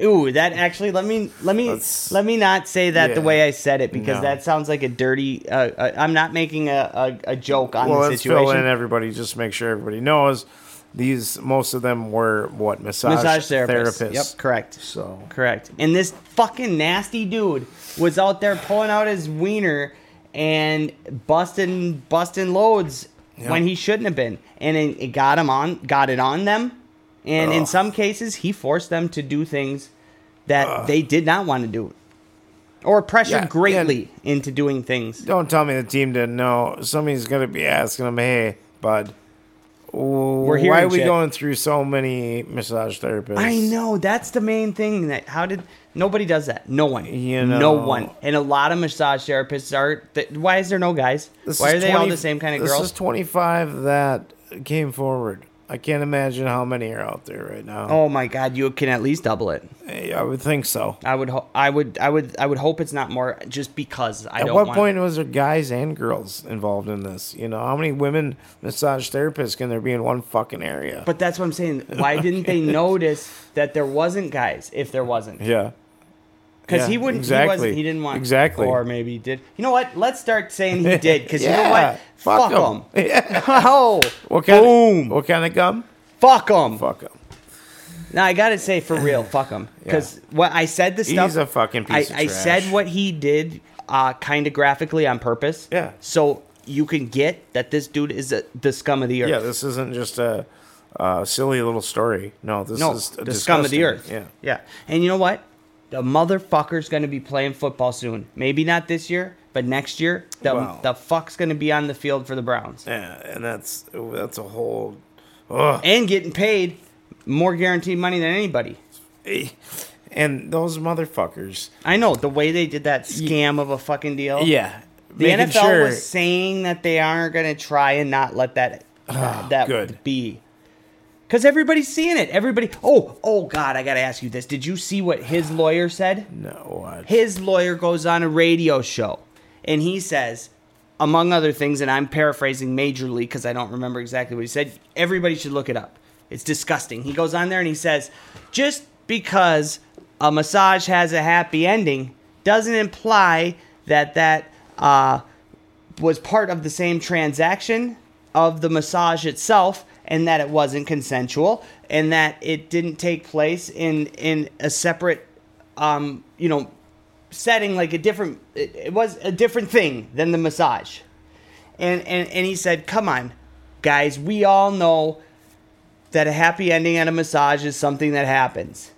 S1: Ooh, that actually let me let me
S2: Let's-
S1: let me not say that the
S2: yeah.
S1: way I said it because
S2: No.
S1: that sounds like a dirty. Uh, uh, I'm not making a, a, a joke on
S2: well,
S1: the
S2: let's fill in
S1: situation.
S2: everybody. Just make sure everybody knows these. Most of them were what massage,
S1: Massage therapist.
S2: therapists.
S1: Yep, correct.
S2: So
S1: Correct. And this fucking nasty dude was out there pulling out his wiener and busting busting loads
S2: Yeah.
S1: when he shouldn't have been. And it, it got him on got it on them. And in
S2: Ugh.
S1: some cases he forced them to do things that they did not want to do. Or pressured
S2: Yeah,
S1: greatly into doing things.
S2: Don't tell me the team didn't know. Somebody's gonna be asking them, "Hey, bud, We're why
S1: hearing
S2: are we
S1: shit."
S2: going through so many massage therapists?"
S1: I know that's the main thing that how did nobody does that? No one.
S2: You
S1: no
S2: know-
S1: one. And a lot of massage therapists are th- why is there no guys?
S2: This
S1: why
S2: is
S1: are they all
S2: 20
S1: the same kind of
S2: this
S1: girls?
S2: is twenty-five that came forward. I can't imagine how many are out there right now.
S1: Oh my God! You can at least double it.
S2: Eh, I would think so.
S1: I would. Ho- I would. I would. I would hope it's not more, just because I
S2: At
S1: don't.
S2: what
S1: want-
S2: point was there guys and girls involved in this? You know, how many women massage therapists can there be in one fucking area?
S1: But that's what I'm saying. Why didn't they notice that there wasn't guys? If there wasn't,
S2: yeah,
S1: because
S2: yeah,
S1: he wouldn't. He
S2: exactly.
S1: wasn't. He didn't want.
S2: Exactly.
S1: Or maybe he did. You know what? Let's start saying he did. Because you know
S2: Yeah,
S1: what?
S2: fuck 'em.
S1: him. oh,
S2: What kind?
S1: Boom.
S2: Of, what kind of gum?
S1: fuck him.
S2: Fuck him.
S1: Now I gotta say for real, fuck him. Because what I said the stuff.
S2: a fucking
S1: I,
S2: piece of
S1: I said
S2: trash.
S1: what he did, uh, kind of graphically on purpose.
S2: Yeah.
S1: So you can get that this dude is a, the scum of the earth.
S2: Yeah, this isn't just a, uh silly little story. No, this
S1: no,
S2: is
S1: the scum of the
S2: disgusting.
S1: earth.
S2: Yeah,
S1: Yeah. And you know what? The motherfucker's gonna be playing football soon. Maybe not this year, but next year, the
S2: Wow.
S1: the fuck's gonna be on the field for the Browns
S2: yeah, and that's that's a whole. Ugh.
S1: and getting paid more guaranteed money than anybody.
S2: eh. And those motherfuckers.
S1: I know the way they did that scam of a fucking deal.
S2: Yeah,
S1: The NFL was saying that they aren't going to try and not let that that
S2: good.
S1: be. Cuz everybody's seeing it. Everybody Oh, oh god, I got to ask you this. Did you see what his lawyer said?
S2: No, I,
S1: His lawyer goes on a radio show and he says among other things and I'm paraphrasing majorly cuz I don't remember exactly what he said. Everybody should look it up. It's disgusting. He goes on there and he says, "Just because a massage has a happy ending doesn't imply that that uh was part of the same transaction of the massage itself and that it wasn't consensual and that it didn't take place in in a separate um you know setting like a different it, it was a different thing than the massage and, and and he said come on guys we all know that a happy ending at a massage is something that happens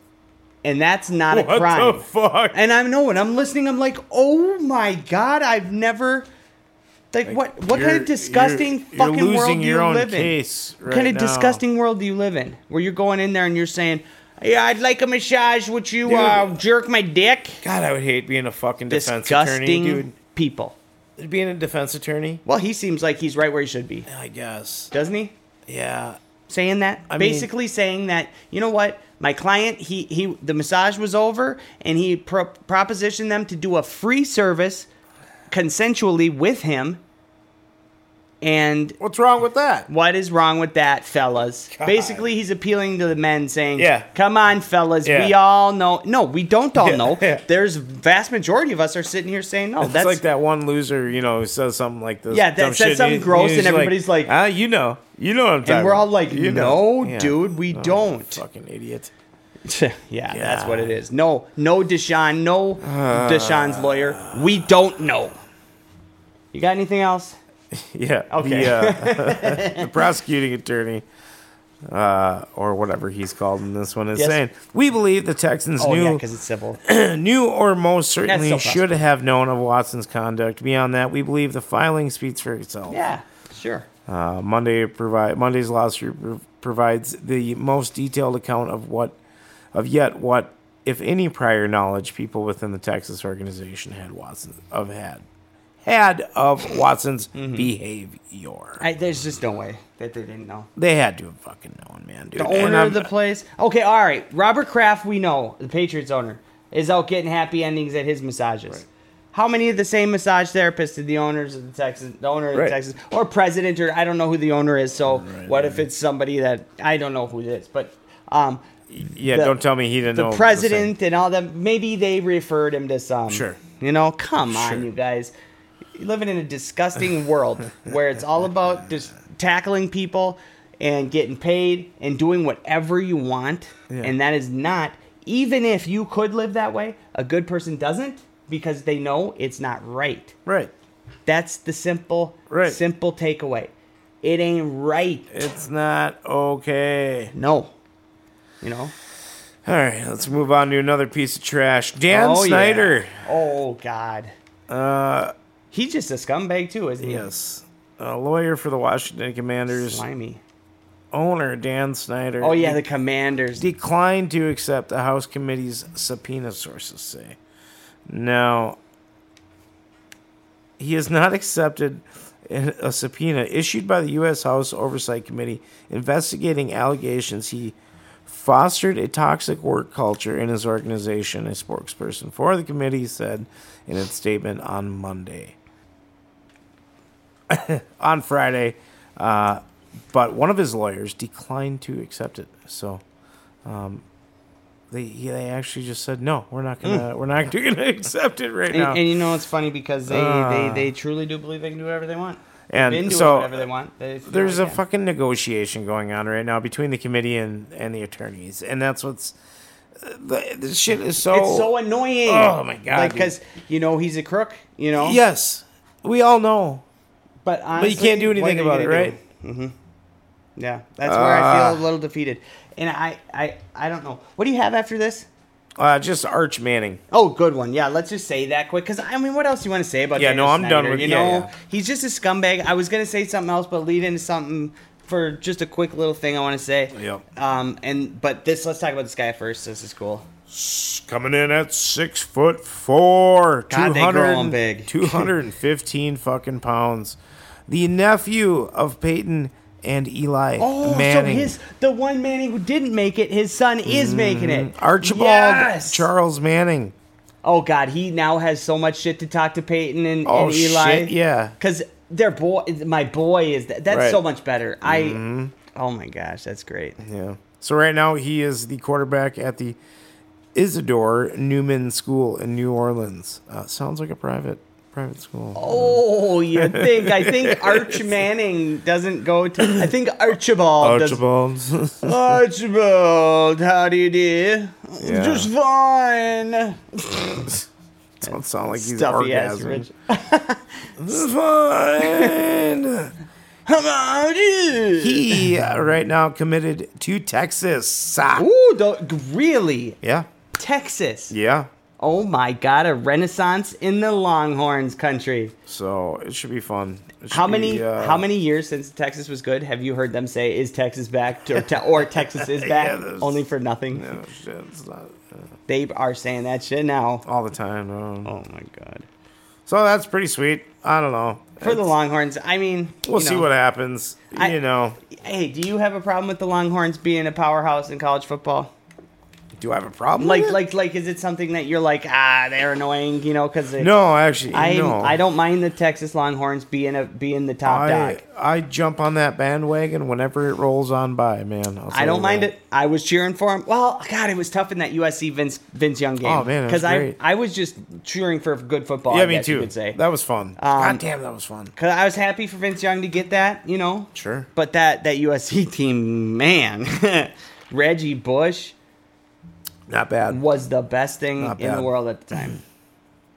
S1: and that's not a crime
S2: what the fuck?
S1: and I'm knowing I'm listening. I'm like, oh my god, I've never like, what what kind
S2: You're-
S1: of disgusting
S2: you're-
S1: fucking
S2: you're losing
S1: world do
S2: your
S1: you
S2: own
S1: live
S2: case
S1: in?
S2: right
S1: kind of
S2: now.
S1: disgusting world do you live in where you're going in there and you're saying, yeah, I'd like a massage. Would you uh,
S2: Dude.
S1: jerk my dick?
S2: God, I would hate being a fucking defense attorney,
S1: Disgusting
S2: dude.
S1: people.
S2: Being a defense attorney,
S1: Well, he seems like he's right where he should be,
S2: I guess.
S1: doesn't he?
S2: Yeah,
S1: saying that
S2: I mean-
S1: basically saying that you know what my client he he the massage was over and he pro- propositioned them to do a free service consensually with him and
S2: what's wrong with that?
S1: what is wrong with that fellas
S2: God.
S1: basically he's appealing to the men saying
S2: Yeah.
S1: come on fellas we
S2: Yeah.
S1: all know no we don't all
S2: Yeah,
S1: know
S2: yeah.
S1: there's vast majority of us are sitting here saying no
S2: It's
S1: that's
S2: like that one loser, you know, who says something like this.
S1: Yeah, that
S2: dumb
S1: said
S2: shit,
S1: something
S2: he-
S1: gross,
S2: he's
S1: and everybody's like-
S2: ah, you know, you know what I'm talking.
S1: we're all
S2: about.
S1: like,
S2: you
S1: "No, dude, we
S2: Oh,
S1: don't."
S2: Fucking idiot.
S1: yeah, that's
S2: Yeah. Uh.
S1: what it is. No, no Deshaun, no Deshaun's lawyer. We don't know. You got anything else?
S2: Yeah.
S1: Okay.
S2: The, uh, the prosecuting attorney, uh, or whatever he's called in this one, is
S1: Yes.
S2: saying we believe the Texans
S1: Oh yeah,
S2: knew
S1: because it's civil.
S2: knew or most certainly
S1: still
S2: should have known of Watson's conduct. Beyond that, we believe the filing speaks for itself.
S1: yeah, sure.
S2: Uh, Monday provide Monday's lawsuit pro- provides the most detailed account of what of yet what if any prior knowledge people within the Texas organization had Watson of had had of Watson's behavior.
S1: Mm-hmm. I, there's just no way that they didn't know.
S2: They had to have fucking known, man, dude.
S1: The
S2: And
S1: owner
S2: I'm-
S1: of the place. Okay, all right. Robert Kraft, we know the Patriots owner is out getting happy endings at his massages. How many of the same massage therapists did the owners of the Texas, the owner of
S2: Right.
S1: the Texas, or president, or I don't know who the owner is. So
S2: Right,
S1: what
S2: right.
S1: if it's somebody that I don't know who it is? But um,
S2: yeah,
S1: the-
S2: don't tell me he didn't know
S1: the
S2: same-
S1: president and all them. Maybe they referred him to some.
S2: Sure.
S1: You know, come
S2: Sure.
S1: on, you guys. You're living in a disgusting world where it's all about just tackling people and getting paid and doing whatever you want.
S2: Yeah.
S1: And that is not, even if you could live that way, a good person doesn't because they know it's not right.
S2: Right.
S1: That's the simple,
S2: Right.
S1: simple takeaway. It ain't right.
S2: It's not okay.
S1: No. You know?
S2: All right, let's move on to another piece of trash. Dan
S1: Oh, yeah.
S2: Snyder.
S1: Oh, God.
S2: Uh,
S1: He's just a scumbag, too, isn't he?
S2: yes. A lawyer for the Washington Commanders.
S1: Slimy.
S2: owner Dan Snyder.
S1: Oh yeah,
S2: de-
S1: the commanders.
S2: declined to accept the House committee's subpoena. Sources say. Now, he has not accepted a subpoena issued by the U.S. House Oversight Committee investigating allegations he fostered a toxic work culture in his organization. A spokesperson for the committee said in its statement on Monday. on Friday, uh, but one of his lawyers declined to accept it. So um, they he- they actually just said no, we're not gonna we're not gonna accept it right
S1: Hmm. And,
S2: now.
S1: and you know it's funny because they,
S2: Ah.
S1: they they truly do believe they can do whatever they want.
S2: And
S1: They've been doing
S2: so,
S1: whatever they want. They feel
S2: There's
S1: they
S2: a
S1: can.
S2: fucking negotiation going on right now between the committee and, and the attorneys, and that's what's uh, the, the shit is so.
S1: It's so annoying.
S2: Oh, my God, dude.
S1: because you know he's a crook. You
S2: Oh.
S1: know.
S2: yes, we all know,
S1: But
S2: but
S1: honestly,
S2: you can't do
S1: what
S2: anything
S1: are you
S2: about it,
S1: gonna
S2: right? Uh.
S1: do? Mm-hmm. Yeah, that's where I feel a little defeated, and I I I don't know. What do you have after this?
S2: Uh, just Arch Manning.
S1: Oh, good one. Yeah, let's just say that quick. Because, I mean, what else do you want to say about
S2: Yeah, no,
S1: Daniel
S2: I'm done
S1: Snyder?
S2: with-
S1: You
S2: yeah,
S1: know,
S2: yeah.
S1: he's just a scumbag. I was going to say something else, but lead into something for just a quick little thing I want to say.
S2: Yep.
S1: Um, and But this, let's talk about this guy first. This is cool.
S2: coming in at six foot four,
S1: God, they grow
S2: 200
S1: 'em big.
S2: 215 fucking pounds. The nephew of Peyton and Eli
S1: Oh,
S2: Manning.
S1: so his, the one Manning who didn't make it, his son is making it.
S2: Archibald
S1: Yes!
S2: Charles Manning.
S1: Oh, God, he now has so much shit to talk to Peyton and,
S2: Oh,
S1: and Eli.
S2: shit, yeah.
S1: Because their boy, my boy is, that, that's
S2: Right.
S1: so much better. I, oh my gosh, that's great.
S2: Yeah. So right now he is the quarterback at the Isidore Newman School in New Orleans. Uh, sounds like a private private school.
S1: Oh, you think? I think Arch Manning doesn't go to. I think Archibald. does-
S2: Archibald.
S1: Archibald, how do you do?
S2: Yeah.
S1: Just fine.
S2: Don't sound like he's
S1: Stuffy ass
S2: orgasming.
S1: Rich.
S2: Fine.
S1: How about you?
S2: he uh, right now committed to Texas. Ah.
S1: Ooh, the, really?
S2: Yeah.
S1: Texas.
S2: Yeah.
S1: Oh my God, a renaissance in the Longhorns country.
S2: So it should be fun. It
S1: How
S2: should
S1: many
S2: be, uh,
S1: how many years since Texas was good have you heard them say is Texas back to, or, te- or Texas is back
S2: that's-
S1: only for nothing?
S2: Yeah, shit, it's not, uh,
S1: They are saying that shit now.
S2: all the time. um,
S1: Oh my God.
S2: So that's pretty sweet. I don't know.
S1: for the
S2: It's-
S1: Longhorns. I mean,
S2: We'll
S1: you
S2: see
S1: know.
S2: what happens.
S1: I-
S2: you know.
S1: Hey, do you have a problem with the Longhorns being a powerhouse in college football?
S2: Do I have a problem?
S1: Like,
S2: with it?
S1: like, like, is it something that you're like, ah, they're annoying, you know? Because
S2: No, actually,
S1: I,
S2: no.
S1: I don't mind the Texas Longhorns being a being the top
S2: I,
S1: dog.
S2: I jump on that bandwagon whenever it rolls on by, man. I'll tell
S1: I don't
S2: you
S1: mind
S2: that.
S1: it. I was cheering for him. Well, God, it was tough in that USC Vince Vince Young game.
S2: Oh, man, that was
S1: I
S2: great.
S1: I was just cheering for good football.
S2: Yeah,
S1: I
S2: me
S1: guess You
S2: too.
S1: could say Um,
S2: That was fun. God damn, that was fun.
S1: because I was happy for Vince Young to get that, you know.
S2: Sure.
S1: But that that USC team, man, Reggie Bush.
S2: Not bad.
S1: was the best thing
S2: Not
S1: in the
S2: bad.
S1: world at the time.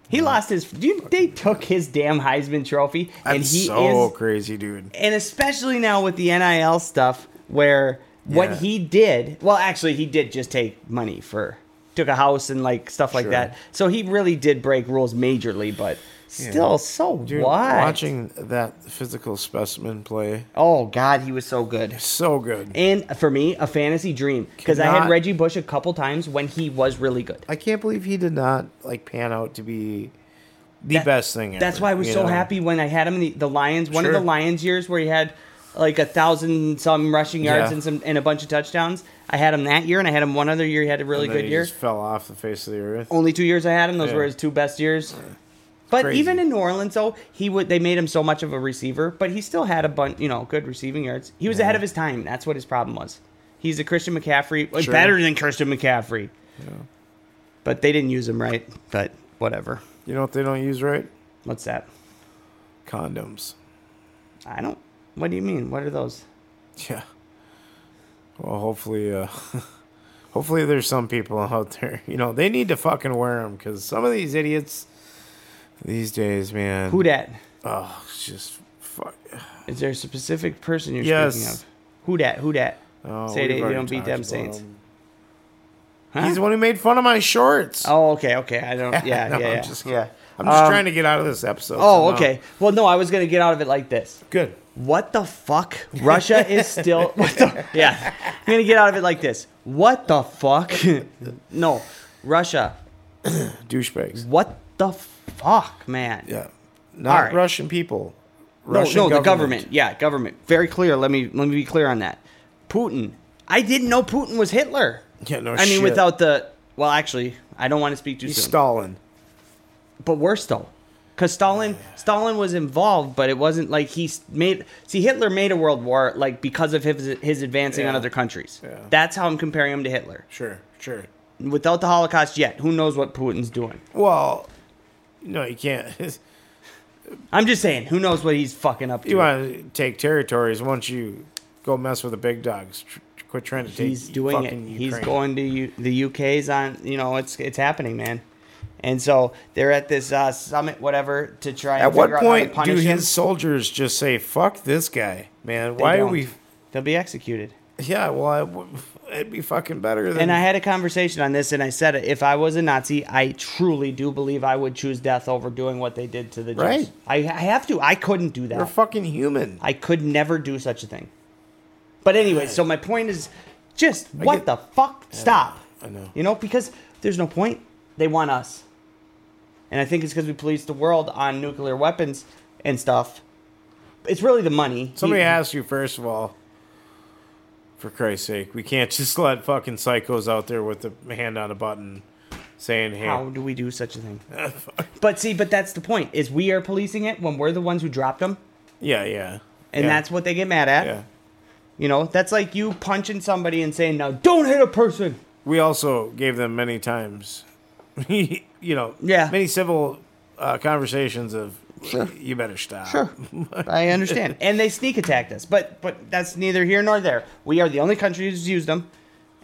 S1: He lost his. Dude, they took his damn Heisman trophy,
S2: That's
S1: and he
S2: so
S1: is
S2: crazy, dude.
S1: and especially now with the NIL stuff, where what
S2: Yeah.
S1: he did, well, actually, he did just take money for took a house and like stuff like
S2: Sure.
S1: that. So he really did break rules majorly, but still, so
S2: Dude,
S1: what?
S2: watching that physical specimen play,
S1: Oh God, he was so good.
S2: so good.
S1: And for me, a fantasy dream because I had
S2: Cannot-
S1: Reggie Bush a couple times when he was really good.
S2: I can't believe he did not like pan out to be the
S1: That-
S2: best thing. Ever,
S1: That's why I was
S2: you
S1: so
S2: know?
S1: happy when I had him in the, the Lions. One of
S2: Sure.
S1: the Lions years where he had like a thousand some rushing yards
S2: Yeah.
S1: and some and a bunch of touchdowns. I had him that year, and I had him one other year. He had a really
S2: And then
S1: good
S2: he
S1: year.
S2: Just fell off the face of the earth.
S1: Only two years I had him. Those
S2: Yeah.
S1: were his two best years. But
S2: Crazy.
S1: even in New Orleans, though, he would they made him so much of a receiver, but he still had a bunch, you know, good receiving yards. He was ahead of his time. That's what his problem was. He's a Christian McCaffrey, well,
S2: Sure.
S1: better than Christian McCaffrey. But they didn't use him right. But whatever.
S2: You know what they don't use right?
S1: What's that?
S2: Condoms.
S1: I don't. What do you mean? What are those?
S2: Yeah. Well, hopefully, uh, hopefully there's some people out there. You know, they need to fucking wear them because some of these idiots these days, man.
S1: Who dat?
S2: Oh, it's just fuck.
S1: Is there a specific person you're speaking
S2: Yes.
S1: of? Who dat? Who dat?
S2: Oh,
S1: Say
S2: we've
S1: they- they
S2: already
S1: don't beat
S2: talked
S1: them
S2: about
S1: Saints.
S2: him.
S1: Huh?
S2: He's the one who made fun of my shorts.
S1: oh, okay, okay. I don't. Yeah,
S2: No,
S1: yeah,
S2: I'm
S1: yeah.
S2: just,
S1: yeah.
S2: I'm just
S1: Um,
S2: trying to get out of this episode.
S1: Oh,
S2: somehow.
S1: okay. Well, no, I was gonna get out of it like this.
S2: Good.
S1: What the fuck? Russia is still. What the, yeah, I'm gonna get out of it like this. What the fuck? no, Russia.
S2: Douchebags.
S1: What the fuck, man?
S2: Yeah. Not
S1: right.
S2: Russian people.
S1: No,
S2: Russian
S1: no, the government. Yeah, government. Very clear. Let me let me be clear on that. Putin. I didn't know Putin was Hitler.
S2: Yeah, no
S1: I mean,
S2: shit.
S1: without the. Well, actually, I don't want to speak too
S2: He's
S1: soon.
S2: Stalin.
S1: but worse though, because Stalin Stalin was involved, but it wasn't like he s- made. See, Hitler made a world war like because of his his advancing on
S2: Yeah.
S1: other countries.
S2: Yeah.
S1: That's how I'm comparing him to Hitler.
S2: Sure, sure.
S1: Without the Holocaust yet, who knows what Putin's doing?
S2: Well, no, you can't.
S1: I'm just saying, who knows what he's fucking up to?
S2: you want to take territories once you go mess with the big dogs. Tr- quit trying to take.
S1: he's doing it.
S2: fucking
S1: He's
S2: Ukraine.
S1: going to U- the UK's on. You know, it's it's happening, man. And so they're at this uh, summit, whatever, to try.
S2: At
S1: and
S2: what
S1: figure out how to
S2: point do
S1: punish him.
S2: his soldiers just say "fuck this guy, man"?
S1: They
S2: Why are
S1: don't.
S2: we?
S1: They'll be executed.
S2: Yeah, well, I w- it'd be fucking better than.
S1: And I had a conversation on this, and I said, if I was a Nazi, I truly do believe I would choose death over doing what they did to the Jews.
S2: Right.
S1: I, I have to. I couldn't do
S2: You're
S1: that.
S2: fucking human.
S1: I could never do such a thing. But anyway, so my point is, just what
S2: get-
S1: the fuck? Stop.
S2: I know.
S1: You know, because there's no point. They want us, and I think it's because we police the world on nuclear weapons and stuff. It's really the money.
S2: Somebody
S1: He-
S2: asked you first of all. For Christ's sake, we can't just let fucking psychos out there with the hand on a button saying, "Hey,
S1: How do we do such a thing? but see, but that's the point: is we are policing it when we're the ones who dropped them,
S2: yeah, yeah,"
S1: and
S2: yeah,
S1: that's what they get mad at.
S2: yeah.
S1: You know, that's like you punching somebody and saying, "Now don't hit a person."
S2: we also gave them many times, you know,
S1: Yeah.
S2: many civil uh, conversations of you better stop.
S1: I understand, and they sneak attacked us, but but that's neither here nor there. We are the only country who's used them,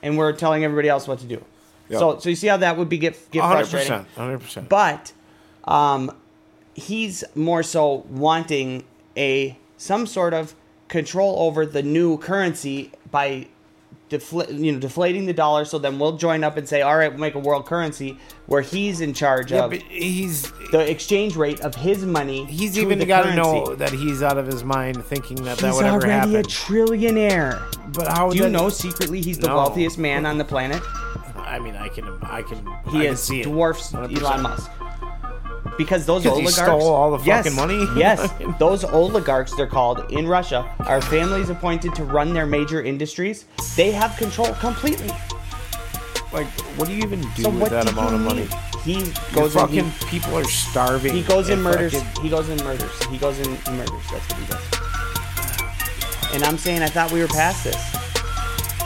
S1: and we're telling everybody else what to do.
S2: Yep.
S1: So so you see how that would be get get
S2: hundred
S1: frustrating.
S2: percent, hundred percent.
S1: but um, he's more so wanting a some sort of control over the new currency by defla- you know deflating the dollar. So then we'll join up and say, all right, we'll make a world currency where he's in charge
S2: Yeah,
S1: of
S2: but he's
S1: the exchange rate of his money.
S2: he's
S1: to
S2: even
S1: the
S2: got to
S1: currency.
S2: know that he's out of his mind, thinking that that
S1: He's
S2: would ever
S1: already
S2: happen.
S1: a trillionaire.
S2: but how
S1: Do you
S2: that-
S1: know secretly he's the
S2: No.
S1: wealthiest man on the planet?
S2: I mean, I can, I can.
S1: He
S2: I can
S1: is
S2: see it.
S1: dwarfs
S2: 100%.
S1: Elon Musk. Because those
S2: Because he
S1: oligarchs
S2: stole all the
S1: yes,
S2: fucking money?
S1: yes, those oligarchs they're called in Russia are families appointed to run their major industries. They have control completely.
S2: Like, what do you even do
S1: So
S2: with
S1: what
S2: that
S1: do you
S2: amount of money?
S1: need? He
S2: Those
S1: goes and
S2: fucking
S1: he,
S2: people are starving.
S1: he goes and
S2: It
S1: murders.
S2: fucking-
S1: He goes and murders. He goes and murders. That's what he does. And I'm saying I thought we were past this.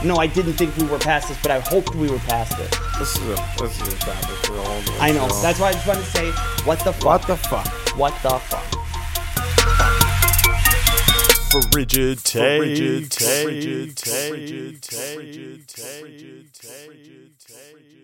S1: No, I didn't think we were past this, but I hoped we were past it.
S2: This is a this is a topic for all. of us,
S1: I know.
S2: you
S1: That's why I just want to say, what the fuck?
S2: what the fuck.
S1: What the fuck?
S3: for rigid takes. For rigid takes.
S4: takes.
S3: For rigid takes. For rigid takes. For rigid takes.